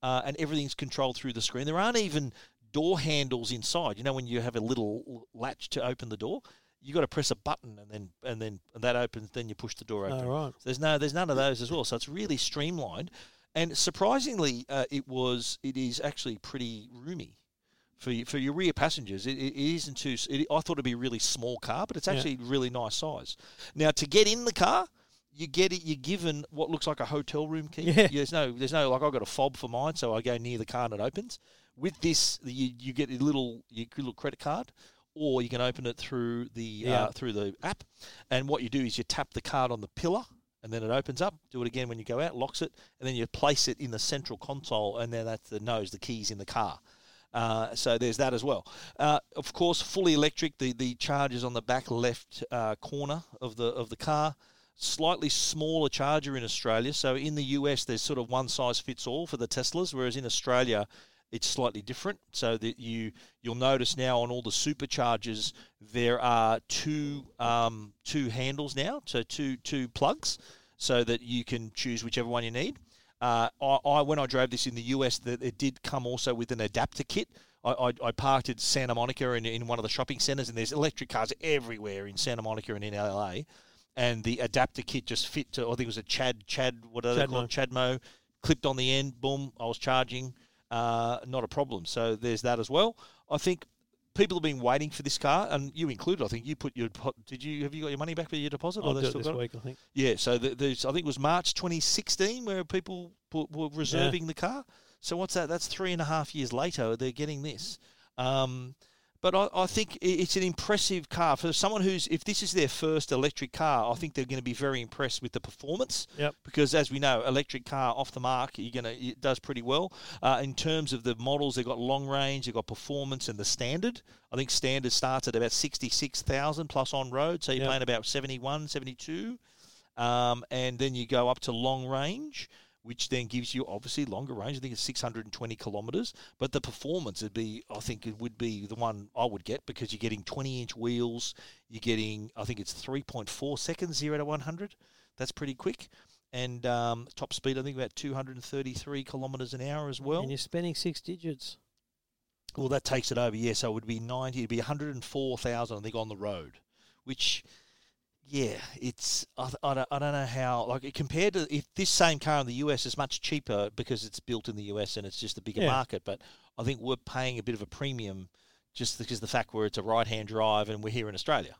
Speaker 2: uh, and everything's controlled through the screen. There aren't even door handles inside. You know when you have a little latch to open the door, you got to press a button, and then and then that opens. Then you push the door open.
Speaker 1: All right.
Speaker 2: So there's no, there's none of those as well. So it's really streamlined, and surprisingly, uh, it was, it is actually pretty roomy for you, for your rear passengers. It, it isn't too. s- It, I thought it'd be a really small car, but it's
Speaker 1: Yeah.
Speaker 2: actually really nice size. Now to get in the car. You get it. You're given what looks like a hotel room key.
Speaker 1: Yeah.
Speaker 2: There's no. There's no. Like I got a fob for mine, so I go near the car and it opens. With this, you, you get a little your little credit card, or you can open it through the
Speaker 1: Yeah.
Speaker 2: uh, through the app. And what you do is you tap the card on the pillar, and then it opens up. Do it again when you go out, locks it, and then you place it in the central console, and then that's the nose, the keys in the car. Uh, so there's that as well. Uh, of course, fully electric. The the charge is on the back left uh, corner of the of the car. Slightly smaller charger in Australia. So in the US, there's sort of one size fits all for the Teslas, whereas in Australia, it's slightly different. So that you you'll notice now on all the superchargers there are two um, two handles now, so two two plugs, so that you can choose whichever one you need. Uh, I, I when I drove this in the US, that it did come also with an adapter kit. I, I, I parked at Santa Monica in, in one of the shopping centres, and there's electric cars everywhere in Santa Monica and in LA. And the adapter kit just fit to, I think it was a Chad, Chad, what are they
Speaker 1: Chadmo.
Speaker 2: called? Chadmo, clipped on the end, boom, I was charging, uh, not a problem. So there's that as well. I think people have been waiting for this car, and you included. I think you put your depo- did you have you got your money back for your deposit?
Speaker 1: I'll
Speaker 2: they
Speaker 1: do it
Speaker 2: still
Speaker 1: this
Speaker 2: got it?
Speaker 1: week, I think.
Speaker 2: Yeah, so th there's I think it was March 2016 where people pu- were reserving the car. So what's that? That's three and a half years later. They're getting this. Um, but I, I think i- it's an impressive car for someone who's if this is their first electric car. I think they're going to be very impressed with the performance
Speaker 1: Yep.
Speaker 2: because as we know, electric car off the mark, you're gonna it does pretty well uh, in terms of the models. They've got long range, they've got performance, and the standard. I think standard starts at about sixty six thousand plus on road, so you're
Speaker 1: Yeah.
Speaker 2: paying about 71, 72. Um, and then you go up to long range, which then gives you obviously longer range. I think it's 620 kilometres. But the performance would be, I think it would be the one I would get because you're getting 20 inch wheels. You're getting, I think it's 3.4 seconds, 0 to 100. That's pretty quick. And um, top speed, I think about 233 kilometres an hour as well.
Speaker 1: and you're spending six digits.
Speaker 2: Well, that takes it over. Yeah, so it would be ninety. It'd be one hundred and four thousand, I think, on the road. Which, yeah, it's I, th- I, don't, I don't know how like compared to if this same car in the US is much cheaper because it's built in the US and it's just a bigger
Speaker 1: Yeah.
Speaker 2: market. But I think we're paying a bit of a premium just because of the fact where it's a right-hand drive and we're here in Australia.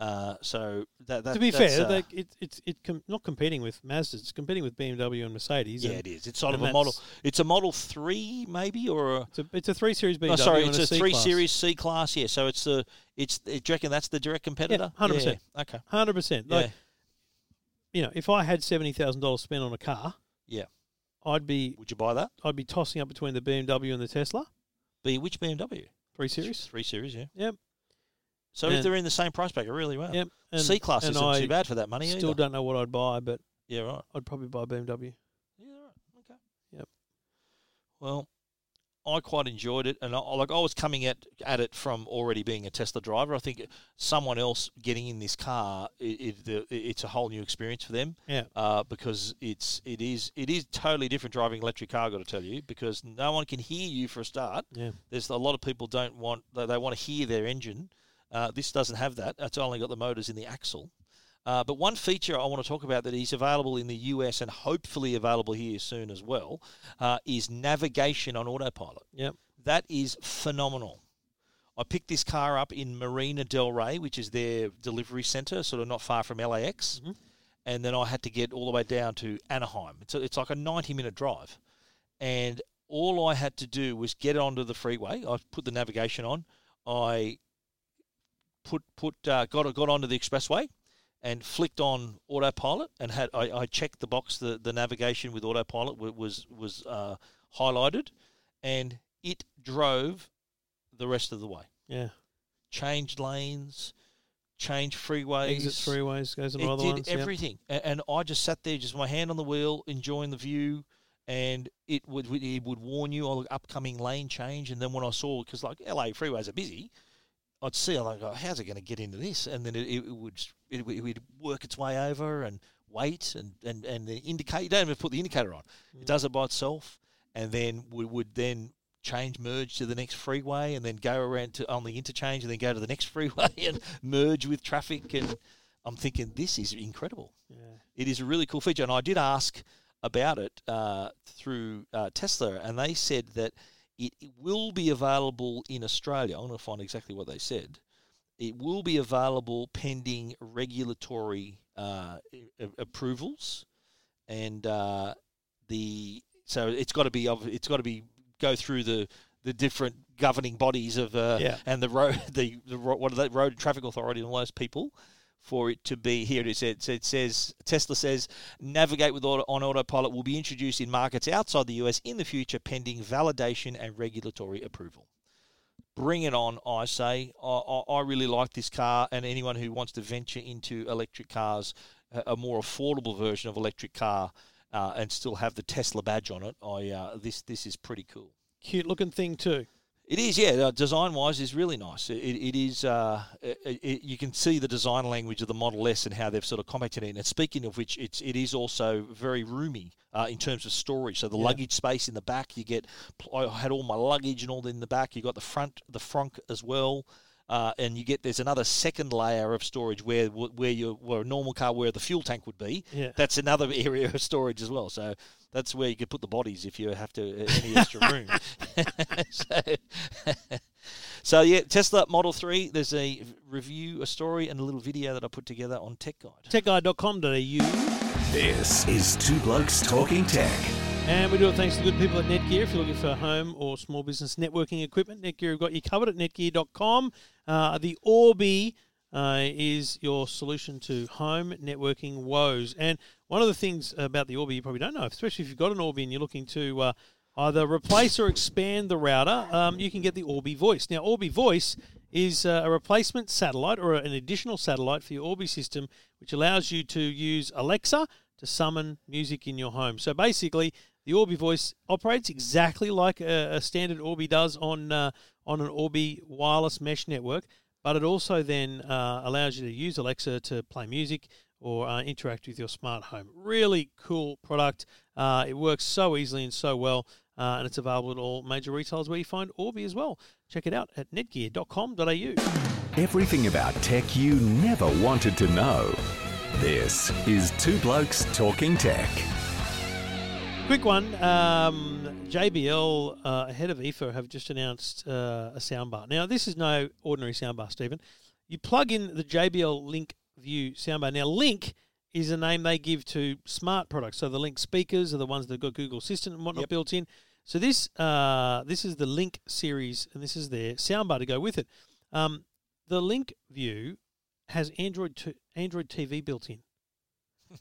Speaker 2: Uh, so that, that
Speaker 1: to be
Speaker 2: that's,
Speaker 1: fair,
Speaker 2: uh,
Speaker 1: like it, it's it's com- not competing with Mazda. It's competing with BMW and Mercedes.
Speaker 2: yeah,
Speaker 1: and
Speaker 2: it is. It's sort of
Speaker 1: and
Speaker 2: a model.
Speaker 1: that's-
Speaker 2: It's a model three, maybe, or a,
Speaker 1: It's a, it's a three series BMW.
Speaker 2: No, Oh, sorry,
Speaker 1: and
Speaker 2: it's a
Speaker 1: C
Speaker 2: three
Speaker 1: class.
Speaker 2: series C class. Yeah, so it's the it's. Do you reckon that's the direct competitor?
Speaker 1: 100%.
Speaker 2: Yeah, Okay.
Speaker 1: Hundred percent. Like
Speaker 2: yeah.
Speaker 1: you know, if I had seventy thousand dollars spent on a car,
Speaker 2: Yeah.
Speaker 1: I'd be
Speaker 2: Would you buy that?
Speaker 1: I'd be tossing up between the BMW and the Tesla
Speaker 2: Be which BMW?
Speaker 1: three series.
Speaker 2: Three series. Yeah.
Speaker 1: Yep,
Speaker 2: So
Speaker 1: Yeah.
Speaker 2: if they're in the same price bracket, really well.
Speaker 1: yep. And,
Speaker 2: C class
Speaker 1: and
Speaker 2: isn't
Speaker 1: I
Speaker 2: too bad for that money.
Speaker 1: Still
Speaker 2: either.
Speaker 1: don't know what I'd buy, but
Speaker 2: Yeah. Right.
Speaker 1: I'd probably buy a BMW.
Speaker 2: Yeah. Right. Okay.
Speaker 1: Yep.
Speaker 2: Well, I quite enjoyed it, and I, like I was coming at at it from already being a Tesla driver. I think someone else getting in this car, it, it, the, it's a whole new experience for them.
Speaker 1: Yeah.
Speaker 2: uh, because it's it is it is totally different driving an electric car. I've got to tell you, because no one can hear you for a start.
Speaker 1: Yeah.
Speaker 2: There's a lot of people don't want they, they want to hear their engine. Uh, this doesn't have that. It's only got the motors in the axle. Uh, but one feature I want to talk about that is available in the US and hopefully available here soon as well uh, is navigation on autopilot.
Speaker 1: Yep.
Speaker 2: That is phenomenal. I picked this car up in Marina Del Rey, which is their delivery center, sort of not far from LAX. And then I had to get all the way down to Anaheim. It's, a, it's like a 90 minute drive. And all I had to do was get onto the freeway. I put the navigation on. I put put uh, got got onto the expressway and flicked on autopilot and had I, I checked the box the, the navigation with autopilot wa- was was uh, highlighted and it drove the rest of the way
Speaker 1: Yeah.
Speaker 2: changed lanes, change freeways.
Speaker 1: Exit freeways goes on
Speaker 2: it
Speaker 1: all the
Speaker 2: did
Speaker 1: ones. Yep.
Speaker 2: everything, A- and I just sat there, just my hand on the wheel, enjoying the view, and it would would- it would warn you on upcoming lane change, and then when I saw because like LA freeways are busy, I'd see I'm like, oh, how's it going to get into this, and then it, it would it, would- it would work its way over and wait and and and the indicate you don't even put the indicator on,
Speaker 1: Mm.
Speaker 2: it does it by itself, and then we would then change merge to the next freeway and then go around to on the interchange and then go to the next freeway and merge with traffic and I'm thinking this is incredible. It is a really cool feature, and I did ask about it uh, through uh, Tesla, and they said that it it will be available in Australia. I'm going to find exactly what they said. It will be available pending regulatory uh, a- a- approvals, and uh, the so it's got to be ob- it's got to be go through the the different governing bodies of uh,
Speaker 1: Yeah.
Speaker 2: and the road the, the ro- what are they, road and traffic authority and all those people for it to be here it is it, it says Tesla says navigate with auto, on autopilot will be introduced in markets outside the US in the future pending validation and regulatory approval bring it on, I say. I, I, I really like this car, and anyone who wants to venture into electric cars, a, a more affordable version of electric car, uh, and still have the Tesla badge on it, I uh, this this is pretty cool.
Speaker 1: Cute looking thing too.
Speaker 2: It is, yeah. Uh, design wise, is really nice. It, it, it is. Uh, it, it, you can see the design language of the Model S and how they've sort of commented in. And speaking of which, it's it is also very roomy uh, in terms of storage. So the luggage space in the back, you get. I had all my luggage and all in the back. You got the front, the front as well. Uh, and you get there's another second layer of storage where where your where a normal car where the fuel tank would be.
Speaker 1: Yeah.
Speaker 2: That's another area of storage as well. So that's where you could put the bodies if you have to uh, any extra room. so, so yeah, Tesla Model Three. There's a review, a story, and a little video that I put together on Tech Guide.
Speaker 1: Techguide.com.au.
Speaker 3: This is Two Blokes Talking Tech.
Speaker 1: And we do it thanks to the good people at Netgear. If you're looking for home or small business networking equipment, Netgear have got you covered at netgear.com. Uh, the Orbi uh, is your solution to home networking woes. And one of the things about the Orbi you probably don't know, especially if you've got an Orbi and you're looking to uh, either replace or expand the router, um, you can get the Orbi Voice. Now, Orbi Voice is uh, a replacement satellite or an additional satellite for your Orbi system, which allows you to use Alexa to summon music in your home. So basically, the Orbi voice operates exactly like a, a standard Orbi does on uh, on an Orbi wireless mesh network, but it also then uh, allows you to use Alexa to play music or uh, interact with your smart home. Really cool product. Uh, it works so easily and so well, uh, and it's available at all major retailers where you find Orbi as well. Check it out at netgear.com.au.
Speaker 3: Everything about tech you never wanted to know. This is Two Blokes Talking Tech.
Speaker 1: Quick one. Um, JBL uh, ahead of EFA have just announced uh, a soundbar. Now, this is no ordinary soundbar, Stephen. You plug in the JBL Link View soundbar. Now, Link is a name they give to smart products. So the Link speakers are the ones that got Google Assistant and whatnot built in. So this uh, this is the Link series, and this is their soundbar to go with it. Um, the Link View has Android to Android TV built in.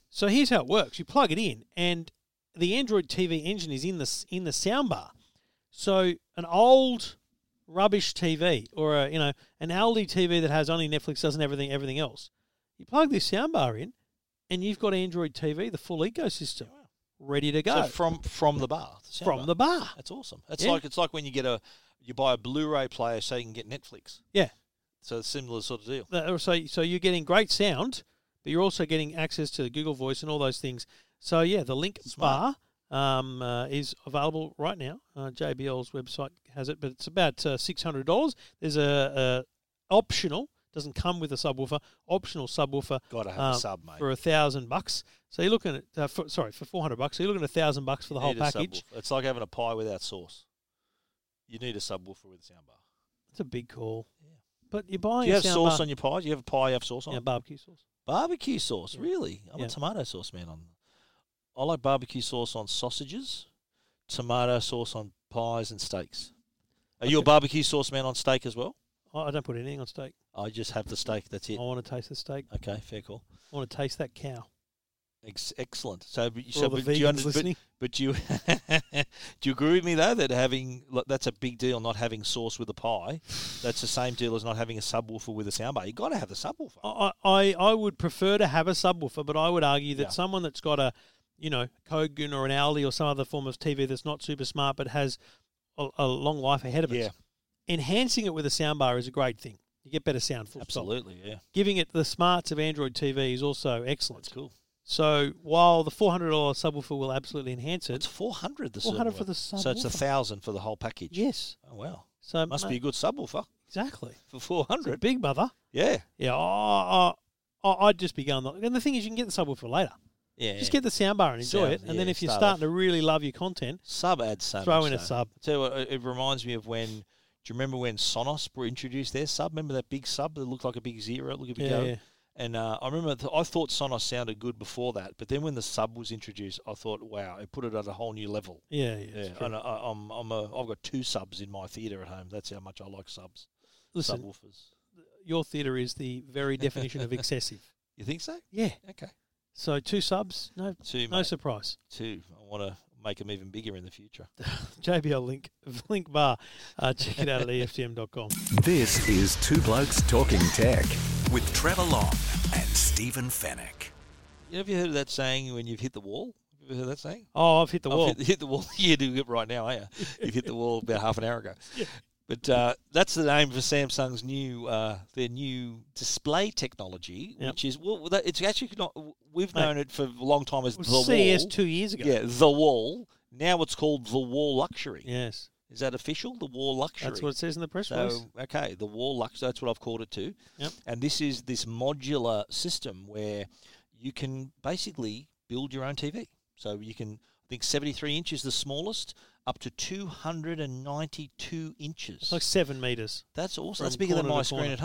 Speaker 1: So here's how it works: you plug it in, and the Android TV engine is in the s- in the soundbar. So an old rubbish TV or a, you know an Aldi TV that has only Netflix doesn't have everything everything else. You plug this soundbar in, and you've got Android TV, the full ecosystem, ready to go
Speaker 2: Oh, So from from the bar, the sound
Speaker 1: from
Speaker 2: bar.
Speaker 1: the bar.
Speaker 2: That's awesome. It's
Speaker 1: Yeah.
Speaker 2: like it's like when you get a you buy a Blu-ray player so you can get Netflix.
Speaker 1: Yeah.
Speaker 2: So it's a similar sort of deal.
Speaker 1: Uh, So so you're getting great sound, but you're also getting access to Google Voice and all those things. So yeah, the Link
Speaker 2: Smart.
Speaker 1: Bar um, uh, is available right now. Uh, JBL's website has it, but it's about uh, six hundred dollars. There's a, a optional doesn't come with a subwoofer. Optional subwoofer
Speaker 2: Got to have
Speaker 1: uh,
Speaker 2: a sub, mate.
Speaker 1: for a thousand bucks. So you're looking at uh, for, sorry for four hundred bucks. So you're looking at a thousand bucks for the whole
Speaker 2: Need a
Speaker 1: package.
Speaker 2: subwoofer. It's like having a pie without sauce. You need a subwoofer with a soundbar.
Speaker 1: It's a big call. But you're buying
Speaker 2: Do you
Speaker 1: a
Speaker 2: have
Speaker 1: Oh, sound
Speaker 2: sauce
Speaker 1: bar-
Speaker 2: on your pie? Do you have a pie you have sauce on?
Speaker 1: yeah, barbecue sauce.
Speaker 2: Barbecue sauce, really? I'm
Speaker 1: Yeah.
Speaker 2: a tomato sauce man. On, I like barbecue sauce on sausages, tomato sauce on pies and steaks. Are you a
Speaker 1: Okay.
Speaker 2: barbecue sauce man on steak as well?
Speaker 1: I I don't put anything on steak.
Speaker 2: I just have the steak. That's it.
Speaker 1: I want to taste the steak.
Speaker 2: Okay, fair call.
Speaker 1: I want to taste that cow.
Speaker 2: Ex- excellent. So, but-
Speaker 1: For
Speaker 2: so
Speaker 1: all the
Speaker 2: but do you
Speaker 1: vegans
Speaker 2: under- but-
Speaker 1: listening.
Speaker 2: But, do you do you agree with me though that having look, that's a big deal. Not having sauce with a pie, that's the same deal as not having a subwoofer with a soundbar. You got to have the subwoofer.
Speaker 1: I, I, I would prefer to have a subwoofer, but I would argue that
Speaker 2: Yeah.
Speaker 1: someone that's got a, you know, Kogan or an Audi or some other form of TV that's not super smart but has a, a long life ahead of
Speaker 2: Yeah.
Speaker 1: it, enhancing it with a soundbar is a great thing. You get better sound. Full stop.
Speaker 2: Absolutely, yeah.
Speaker 1: Giving it the smarts of Android TV is also excellent.
Speaker 2: That's cool.
Speaker 1: So while the four hundred dollar subwoofer will absolutely enhance
Speaker 2: It's
Speaker 1: it,
Speaker 2: four hundred. The
Speaker 1: 400
Speaker 2: subwoofer.
Speaker 1: for the
Speaker 2: So it's a
Speaker 1: subwoofer.
Speaker 2: thousand for the whole package.
Speaker 1: yes.
Speaker 2: Oh wow,
Speaker 1: So
Speaker 2: must
Speaker 1: ma-
Speaker 2: be a good subwoofer
Speaker 1: exactly
Speaker 2: for four
Speaker 1: It's a
Speaker 2: hundred.
Speaker 1: big mother.
Speaker 2: Yeah,
Speaker 1: Yeah, oh, oh, oh, I'd just be going. The, and the thing is, you can get the subwoofer later.
Speaker 2: yeah.
Speaker 1: Just get the soundbar and enjoy
Speaker 2: Sound,
Speaker 1: it. And then
Speaker 2: yeah,
Speaker 1: if you're
Speaker 2: start
Speaker 1: starting
Speaker 2: off.
Speaker 1: to really love your content,
Speaker 2: sub adds so
Speaker 1: Throw
Speaker 2: much,
Speaker 1: in a
Speaker 2: though.
Speaker 1: sub.
Speaker 2: Tell you what, it it reminds me of when. Do you remember when Sonos were introduced their sub? Remember that big sub that looked like a big zero? Look at
Speaker 1: Yeah,
Speaker 2: go.
Speaker 1: yeah.
Speaker 2: And uh, I remember th- I thought Sonos sounded good before that, but then when the sub was introduced, I thought, wow, it put it at a whole new level.
Speaker 1: yeah, yeah.
Speaker 2: Yeah,
Speaker 1: it's true.
Speaker 2: and I, I- I'm I'm a I've got two subs in my theater at home. That's how much I like subs,
Speaker 1: Listen,
Speaker 2: subwoofers.
Speaker 1: your theatre is the very definition of excessive.
Speaker 2: You think so?
Speaker 1: Yeah.
Speaker 2: Okay.
Speaker 1: So two subs, no,
Speaker 2: Two,
Speaker 1: no
Speaker 2: mate.
Speaker 1: surprise.
Speaker 2: Two. I want to make them even bigger in the future.
Speaker 1: JBL Link Link Bar. Uh, check it out at EFTM.com.
Speaker 3: This is Two Blokes Talking Tech with Trevor Long and Stephen Fennec.
Speaker 2: You ever heard of that saying when you've hit the wall? You ever heard that saying?
Speaker 1: Oh, I've hit the
Speaker 2: I've
Speaker 1: wall.
Speaker 2: Hit, hit the wall. You're doing it right now, aren't you? You've hit the wall about half an hour ago. But uh, that's the name for Samsung's new uh, their new display technology,
Speaker 1: Yep.
Speaker 2: which is well, that- it's actually not. We've known it for a long time as
Speaker 1: It was
Speaker 2: the
Speaker 1: CES
Speaker 2: wall.
Speaker 1: two years ago.
Speaker 2: Yeah, the wall. Now it's called the wall luxury.
Speaker 1: Yes.
Speaker 2: Is that official? The wall luxury.
Speaker 1: That's what it says in the press release.
Speaker 2: So okay, the wall lux. That's what I've called it to.
Speaker 1: Yep.
Speaker 2: And this is this modular system where you can basically build your own TV. So you can, I think, seventy-three inches the smallest, up to two hundred and ninety-two inches.
Speaker 1: It's like seven meters.
Speaker 2: that's awesome. That's
Speaker 1: from
Speaker 2: bigger than
Speaker 1: corner
Speaker 2: my
Speaker 1: to
Speaker 2: screen
Speaker 1: corner.
Speaker 2: at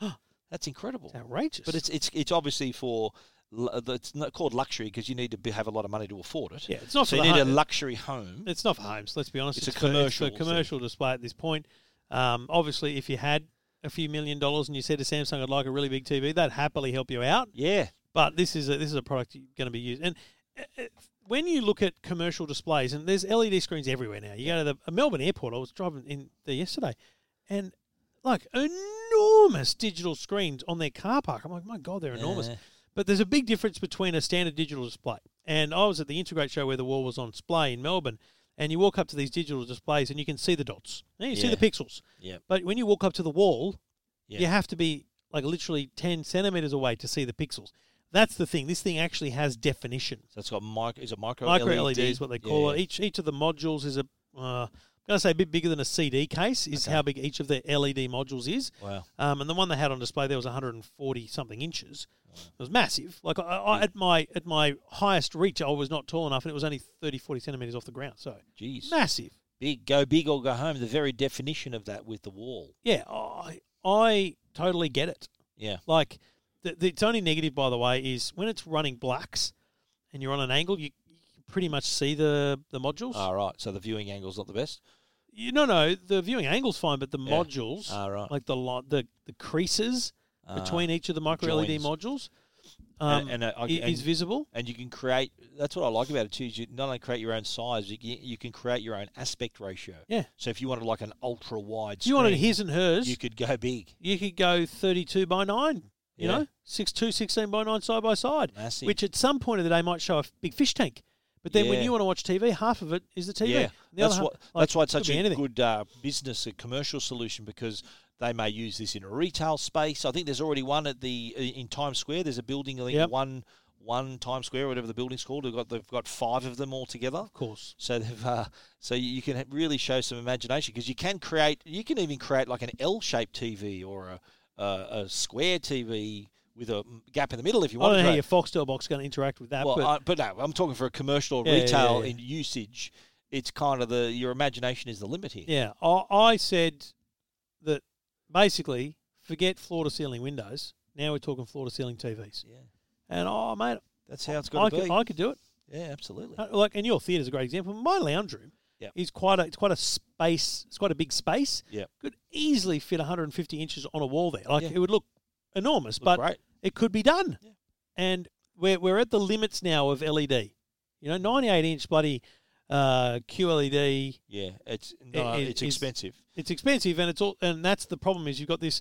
Speaker 2: home. That's incredible.
Speaker 1: It's outrageous.
Speaker 2: But it's it's it's obviously for lu- it's not called luxury because you need to be, have a lot of money to afford it.
Speaker 1: yeah, it's not
Speaker 2: So
Speaker 1: for
Speaker 2: you
Speaker 1: the
Speaker 2: need a
Speaker 1: home.
Speaker 2: luxury home.
Speaker 1: It's not for homes. Let's be honest.
Speaker 2: It's a
Speaker 1: for-
Speaker 2: commercial
Speaker 1: It's
Speaker 2: thing.
Speaker 1: for commercial display at this point. Um, obviously, if you had a few million dollars and you said to Samsung, "I'd like a really big TV," they'd happily help you out.
Speaker 2: Yeah.
Speaker 1: But this is a, this is a product you're going to be used. And uh, uh, when you look at commercial displays, and there's LED screens everywhere now. You go to the uh, Melbourne airport. I was driving in there yesterday, and like enormous digital screens on their car park. I'm like, my god, they're enormous.
Speaker 2: Yeah.
Speaker 1: But there's a big difference between a standard digital display. And I was at the Integrate show where the wall was on display in Melbourne, and you walk up to these digital displays and you can see the dots. And you see
Speaker 2: Yeah.
Speaker 1: the pixels.
Speaker 2: Yeah.
Speaker 1: But when you walk up to the wall,
Speaker 2: Yeah.
Speaker 1: you have to be like literally 10 centimeters away to see the pixels. That's the thing. This thing actually has definition.
Speaker 2: So it's got micro. Is it micro?
Speaker 1: Micro
Speaker 2: LED?
Speaker 1: LED is what they call
Speaker 2: E Yeah.
Speaker 1: it. Each each of the modules is a uh, I'm going to say a bit bigger than a CD case is how big each of the LED modules is.
Speaker 2: Wow.
Speaker 1: Um, and the one they had on display there was 140 something inches. It was massive. Like I, I, at my at my highest reach, I was not tall enough, and it was only 30, 40 centimeters off the ground. So
Speaker 2: Jeez.
Speaker 1: massive.
Speaker 2: Big, go big or go home. The very definition of that with the wall.
Speaker 1: Yeah, I I totally get it.
Speaker 2: Yeah.
Speaker 1: Like the, the its only negative, by the way, is when it's running blacks and you're on an angle, you, you can pretty much see the the modules.
Speaker 2: All Ah, right. So the viewing angle's not the best.
Speaker 1: you no no the viewing angle's fine, but the
Speaker 2: Yeah.
Speaker 1: modules,
Speaker 2: All right.
Speaker 1: like the li- the the creases
Speaker 2: Ah.
Speaker 1: between each of the micro LED
Speaker 2: joins.
Speaker 1: modules, um,
Speaker 2: and, uh, I-
Speaker 1: i-
Speaker 2: and,
Speaker 1: is visible.
Speaker 2: and you can create. That's what I like about it too. Is you not only create your own size, you, can- you can create your own aspect ratio.
Speaker 1: Yeah.
Speaker 2: So if you wanted like an ultra wide,
Speaker 1: If you wanted
Speaker 2: screen,
Speaker 1: his and hers,
Speaker 2: you
Speaker 1: you could,
Speaker 2: could go big.
Speaker 1: go 32 by 9, you
Speaker 2: Yeah.
Speaker 1: know, 6 2, 16 by 9 side by side,
Speaker 2: Massive.
Speaker 1: which at some point of the day might show a f- big fish tank. But then when
Speaker 2: Yeah.
Speaker 1: you want to watch TV, half of it is the TV.
Speaker 2: Yeah,
Speaker 1: The
Speaker 2: that's
Speaker 1: other
Speaker 2: what.
Speaker 1: half- like,
Speaker 2: that's why it's
Speaker 1: could
Speaker 2: such
Speaker 1: be
Speaker 2: a
Speaker 1: anything.
Speaker 2: good uh, business, a commercial solution because they may use this in a retail space. I think there's already one at the uh, in Times Square. There's a building, I think
Speaker 1: Yep.
Speaker 2: one one Times Square, whatever the building's called. They've got they've got five of them all together.
Speaker 1: Of course.
Speaker 2: So they've uh, so you you can ha- really show some imagination because you can create. You can even create like an L-shaped TV or a a, a square TV with a mm, gap in the middle if you
Speaker 1: I
Speaker 2: want.
Speaker 1: don't
Speaker 2: to
Speaker 1: know how
Speaker 2: create-
Speaker 1: your Foxtel box is going to interact with that,
Speaker 2: well,
Speaker 1: but
Speaker 2: I, but no, I'm talking for a commercial or
Speaker 1: Yeah, yeah,
Speaker 2: retail
Speaker 1: yeah.
Speaker 2: in usage. It's kind of the your imagination is the limit here.
Speaker 1: yeah, I, I said that basically forget floor to ceiling windows. Now we're talking floor to ceiling TVs.
Speaker 2: Yeah.
Speaker 1: And oh, mate,
Speaker 2: That's how it's
Speaker 1: I
Speaker 2: got to be.
Speaker 1: could, I could do it.
Speaker 2: yeah, absolutely.
Speaker 1: Uh, Like, and your theatre's a great example. My lounge room
Speaker 2: Yep.
Speaker 1: is quite a it's quite a space. It's quite a big space.
Speaker 2: Yep.
Speaker 1: could easily fit 150 inches on a wall there. Like
Speaker 2: Yeah.
Speaker 1: it would look enormous,
Speaker 2: Look
Speaker 1: but
Speaker 2: great.
Speaker 1: it could be done.
Speaker 2: Yeah.
Speaker 1: And we're, we're at the limits now of LED. You know, 98 inch bloody uh, QLED.
Speaker 2: Yeah, it's no,
Speaker 1: it-
Speaker 2: it's
Speaker 1: it's-
Speaker 2: expensive.
Speaker 1: It's expensive, and it's all, and that's the problem is you've got this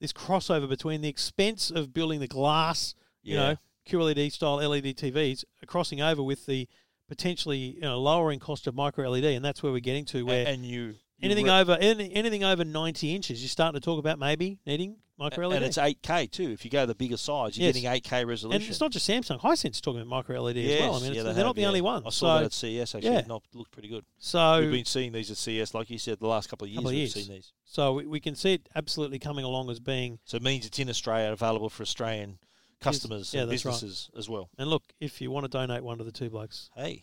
Speaker 1: this crossover between the expense of building the glass, you
Speaker 2: Yeah.
Speaker 1: know, QLED style E LED TVs, crossing over with the potentially you know, lowering cost of micro LED, and that's where we're getting to.
Speaker 2: A-
Speaker 1: Where
Speaker 2: and you, you
Speaker 1: anything
Speaker 2: re-
Speaker 1: over any, anything over 90 inches, you're starting to talk about maybe needing micro
Speaker 2: and,
Speaker 1: LED.
Speaker 2: and it's 8K too. If you go the bigger size, you're
Speaker 1: Yes.
Speaker 2: getting 8K
Speaker 1: And
Speaker 2: resolution.
Speaker 1: it's not just Samsung. Hisense talking about micro LED as well. I mean,
Speaker 2: Yes, yeah,
Speaker 1: it's,
Speaker 2: they
Speaker 1: they're
Speaker 2: have,
Speaker 1: not the
Speaker 2: yeah.
Speaker 1: only one.
Speaker 2: I saw
Speaker 1: so,
Speaker 2: that at CES actually.
Speaker 1: yeah.
Speaker 2: and it looked pretty good. We've
Speaker 1: so,
Speaker 2: been seeing these at CES, like you said, the last couple of years.
Speaker 1: Couple of
Speaker 2: we've
Speaker 1: years.
Speaker 2: seen these,
Speaker 1: so we, we can see it absolutely coming along as being.
Speaker 2: so it means it's in Australia, available for Australian customers
Speaker 1: yeah,
Speaker 2: and
Speaker 1: that's right.
Speaker 2: businesses as well.
Speaker 1: And look, if you want to donate one to the two blokes,
Speaker 2: Hey,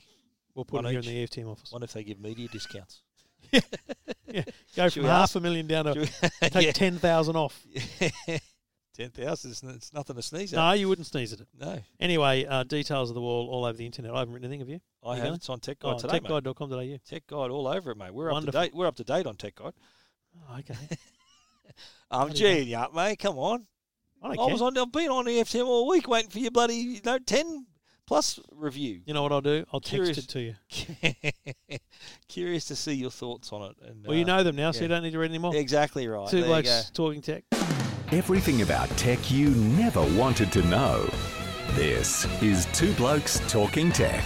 Speaker 1: we'll put
Speaker 2: One
Speaker 1: it here
Speaker 2: each.
Speaker 1: in the EFTM office.
Speaker 2: wonder if they give media discounts.
Speaker 1: Go
Speaker 2: Should
Speaker 1: from
Speaker 2: we
Speaker 1: half
Speaker 2: ask?
Speaker 1: a million down to take
Speaker 2: yeah.
Speaker 1: ten thousand off.
Speaker 2: ten thousand. It's, n- it's nothing to sneeze at.
Speaker 1: No, you wouldn't sneeze at it.
Speaker 2: No,
Speaker 1: Anyway, uh, details of the wall all over the internet. I haven't written anything of you.
Speaker 2: I
Speaker 1: You
Speaker 2: have.
Speaker 1: gonna?
Speaker 2: It's on Tech Guide
Speaker 1: Oh,
Speaker 2: today, mate.
Speaker 1: techguide.com.au.
Speaker 2: Tech Guide all over it, mate. We're
Speaker 1: Wonderful.
Speaker 2: up to date. We're up to date on Tech Guide.
Speaker 1: Oh, okay. Bloody
Speaker 2: I'm
Speaker 1: hell.
Speaker 2: cheating you up, mate. Come on.
Speaker 1: I
Speaker 2: I,
Speaker 1: don't
Speaker 2: was
Speaker 1: care.
Speaker 2: on. I've been on E EFTM all week waiting for your bloody you know, ten plus review.
Speaker 1: You know what I'll do? I'll text
Speaker 2: Curious.
Speaker 1: it to you.
Speaker 2: Curious to see your thoughts on it. And,
Speaker 1: Well, you
Speaker 2: uh,
Speaker 1: know them now, so
Speaker 2: yeah.
Speaker 1: you don't need to read anymore.
Speaker 2: exactly right.
Speaker 1: Two
Speaker 2: there you go.
Speaker 1: blokes talking tech.
Speaker 3: Everything about tech you never wanted to know. This is Two Blokes Talking Tech.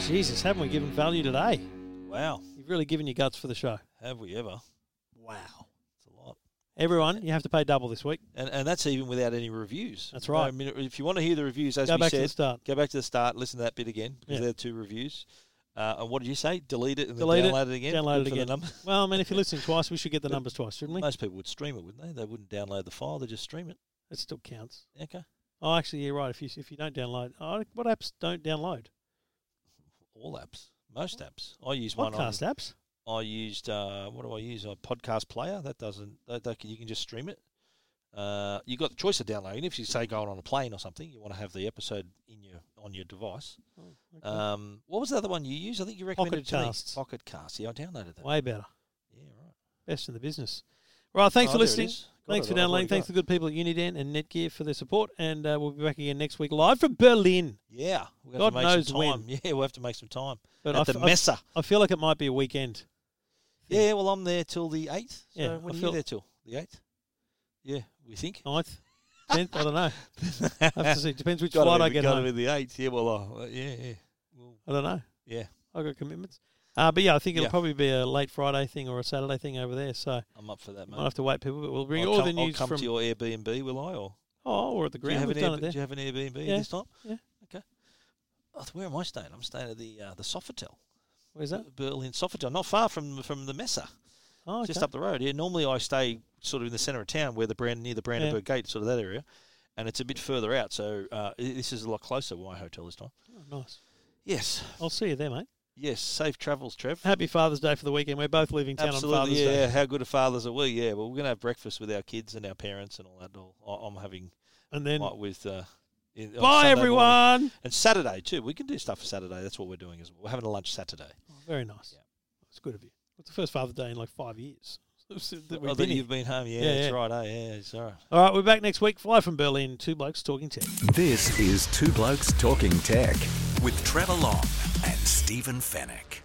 Speaker 1: Jesus, haven't we given value today?
Speaker 2: Wow,
Speaker 1: You've really given your guts for the show.
Speaker 2: have we ever?
Speaker 1: Wow.
Speaker 2: It's a lot.
Speaker 1: Everyone, you have to pay double this week.
Speaker 2: And and that's even without any reviews.
Speaker 1: That's right.
Speaker 2: I mean, if you want to hear the reviews, as
Speaker 1: Go
Speaker 2: we
Speaker 1: back to
Speaker 2: said,
Speaker 1: the start.
Speaker 2: go back to the start. Listen to that bit again because
Speaker 1: Yeah.
Speaker 2: there are two reviews. Uh, and what did you say? Delete it and
Speaker 1: Delete it,
Speaker 2: then download it, again.
Speaker 1: download
Speaker 2: Good
Speaker 1: it
Speaker 2: for the
Speaker 1: again.
Speaker 2: number.
Speaker 1: Well, I mean, if you're listening twice, we should get the numbers twice, shouldn't we?
Speaker 2: Most people would stream it, wouldn't they? They wouldn't download the file; they just stream it.
Speaker 1: It still counts.
Speaker 2: Okay.
Speaker 1: Oh, actually, you're right. If you if you don't download, oh, what apps don't download?
Speaker 2: All apps, most apps. I use one on.
Speaker 1: Podcast apps.
Speaker 2: I used uh, what do I use? A podcast player that doesn't. That, that can, you can just stream it. Uh, you got the choice of downloading. If you say going on a plane or something, you want to have the episode in your on your device. Um, what was the other one you used? I think you recommended it to me.
Speaker 1: Oh, Casts.
Speaker 2: Pocket Cast. Yeah, I downloaded that.
Speaker 1: Way better.
Speaker 2: Yeah, right.
Speaker 1: Best in the business. Right. Thanks
Speaker 2: Oh,
Speaker 1: for
Speaker 2: there it
Speaker 1: listening.
Speaker 2: is. Got
Speaker 1: Thanks
Speaker 2: it.
Speaker 1: for
Speaker 2: I've already
Speaker 1: downloading. Thanks
Speaker 2: got
Speaker 1: to the good people at Uniden and Netgear for their support. And uh, we'll be back again next week live from Berlin.
Speaker 2: it. Yeah, we
Speaker 1: God
Speaker 2: have to make
Speaker 1: knows
Speaker 2: some
Speaker 1: when.
Speaker 2: time. Yeah, we'll have to make some time
Speaker 1: But
Speaker 2: at
Speaker 1: I
Speaker 2: the
Speaker 1: f- I f-
Speaker 2: Messer.
Speaker 1: I feel like it might be a weekend.
Speaker 2: Yeah, well, I'm there till the eighth. So
Speaker 1: Yeah,
Speaker 2: when
Speaker 1: I
Speaker 2: are
Speaker 1: feel-
Speaker 2: you there till the eighth? Yeah, we think.
Speaker 1: Ninth, tenth, I don't know. I have to see. Depends which
Speaker 2: Gotta
Speaker 1: flight
Speaker 2: be
Speaker 1: I
Speaker 2: the-
Speaker 1: get
Speaker 2: gotta
Speaker 1: home.
Speaker 2: be the eighth. Yeah, well, uh, yeah, yeah. Well,
Speaker 1: I don't know.
Speaker 2: yeah,
Speaker 1: I've got commitments. Uh, but yeah, I think it'll
Speaker 2: Yeah.
Speaker 1: probably be a late Friday thing or a Saturday thing over there. So
Speaker 2: I'm up for that, mate.
Speaker 1: might have to wait, people. But we'll bring
Speaker 2: I'll
Speaker 1: all
Speaker 2: come,
Speaker 1: the news
Speaker 2: I'll come
Speaker 1: from.
Speaker 2: to your Airbnb, will I? Or
Speaker 1: oh, we're at the
Speaker 2: do you,
Speaker 1: ground.
Speaker 2: have
Speaker 1: We've
Speaker 2: an
Speaker 1: done
Speaker 2: Airb-
Speaker 1: it there.
Speaker 2: do you have an Airbnb
Speaker 1: Yeah,
Speaker 2: this time?
Speaker 1: yeah.
Speaker 2: Okay. Oh, where am I staying? I'm staying at the uh, the Sofitel,
Speaker 1: Where's that?
Speaker 2: Berlin Sofitel, not far from from the Messer.
Speaker 1: Oh,
Speaker 2: just
Speaker 1: okay.
Speaker 2: up the road. Yeah, normally I stay sort of in the centre of town, where the brand near the Brandenburg Gate, sort of that area, and it's a bit further out. So uh, i- this is a lot closer. My hotel this time.
Speaker 1: Oh, nice.
Speaker 2: Yes,
Speaker 1: I'll see you there, mate.
Speaker 2: yes. Safe travels, Trev.
Speaker 1: Happy Father's Day for the weekend. We're both leaving town on Father's
Speaker 2: Absolutely. Yeah.
Speaker 1: Day.
Speaker 2: How good a fathers are we? Yeah. Well, we're gonna have breakfast with our kids and our parents and all that. All I- I'm having
Speaker 1: And then,
Speaker 2: like, with. Uh, in,
Speaker 1: bye,
Speaker 2: on Sunday morning.
Speaker 1: everyone.
Speaker 2: And Saturday too. We can do stuff for Saturday. That's what we're doing. Is we're having a lunch Saturday.
Speaker 1: Oh, very nice.
Speaker 2: Yeah.
Speaker 1: That's good of you. It's the first Father's Day in like five years. that we've
Speaker 2: oh, that
Speaker 1: been here.
Speaker 2: you've been home. Yeah,
Speaker 1: Yeah,
Speaker 2: that's
Speaker 1: yeah.
Speaker 2: right. Eh? Yeah, it's all right.
Speaker 1: All right, we're back next week. Fly from Berlin. Two blokes talking tech.
Speaker 3: This is Two Blokes Talking Tech with Trevor Long and Stephen Fennec.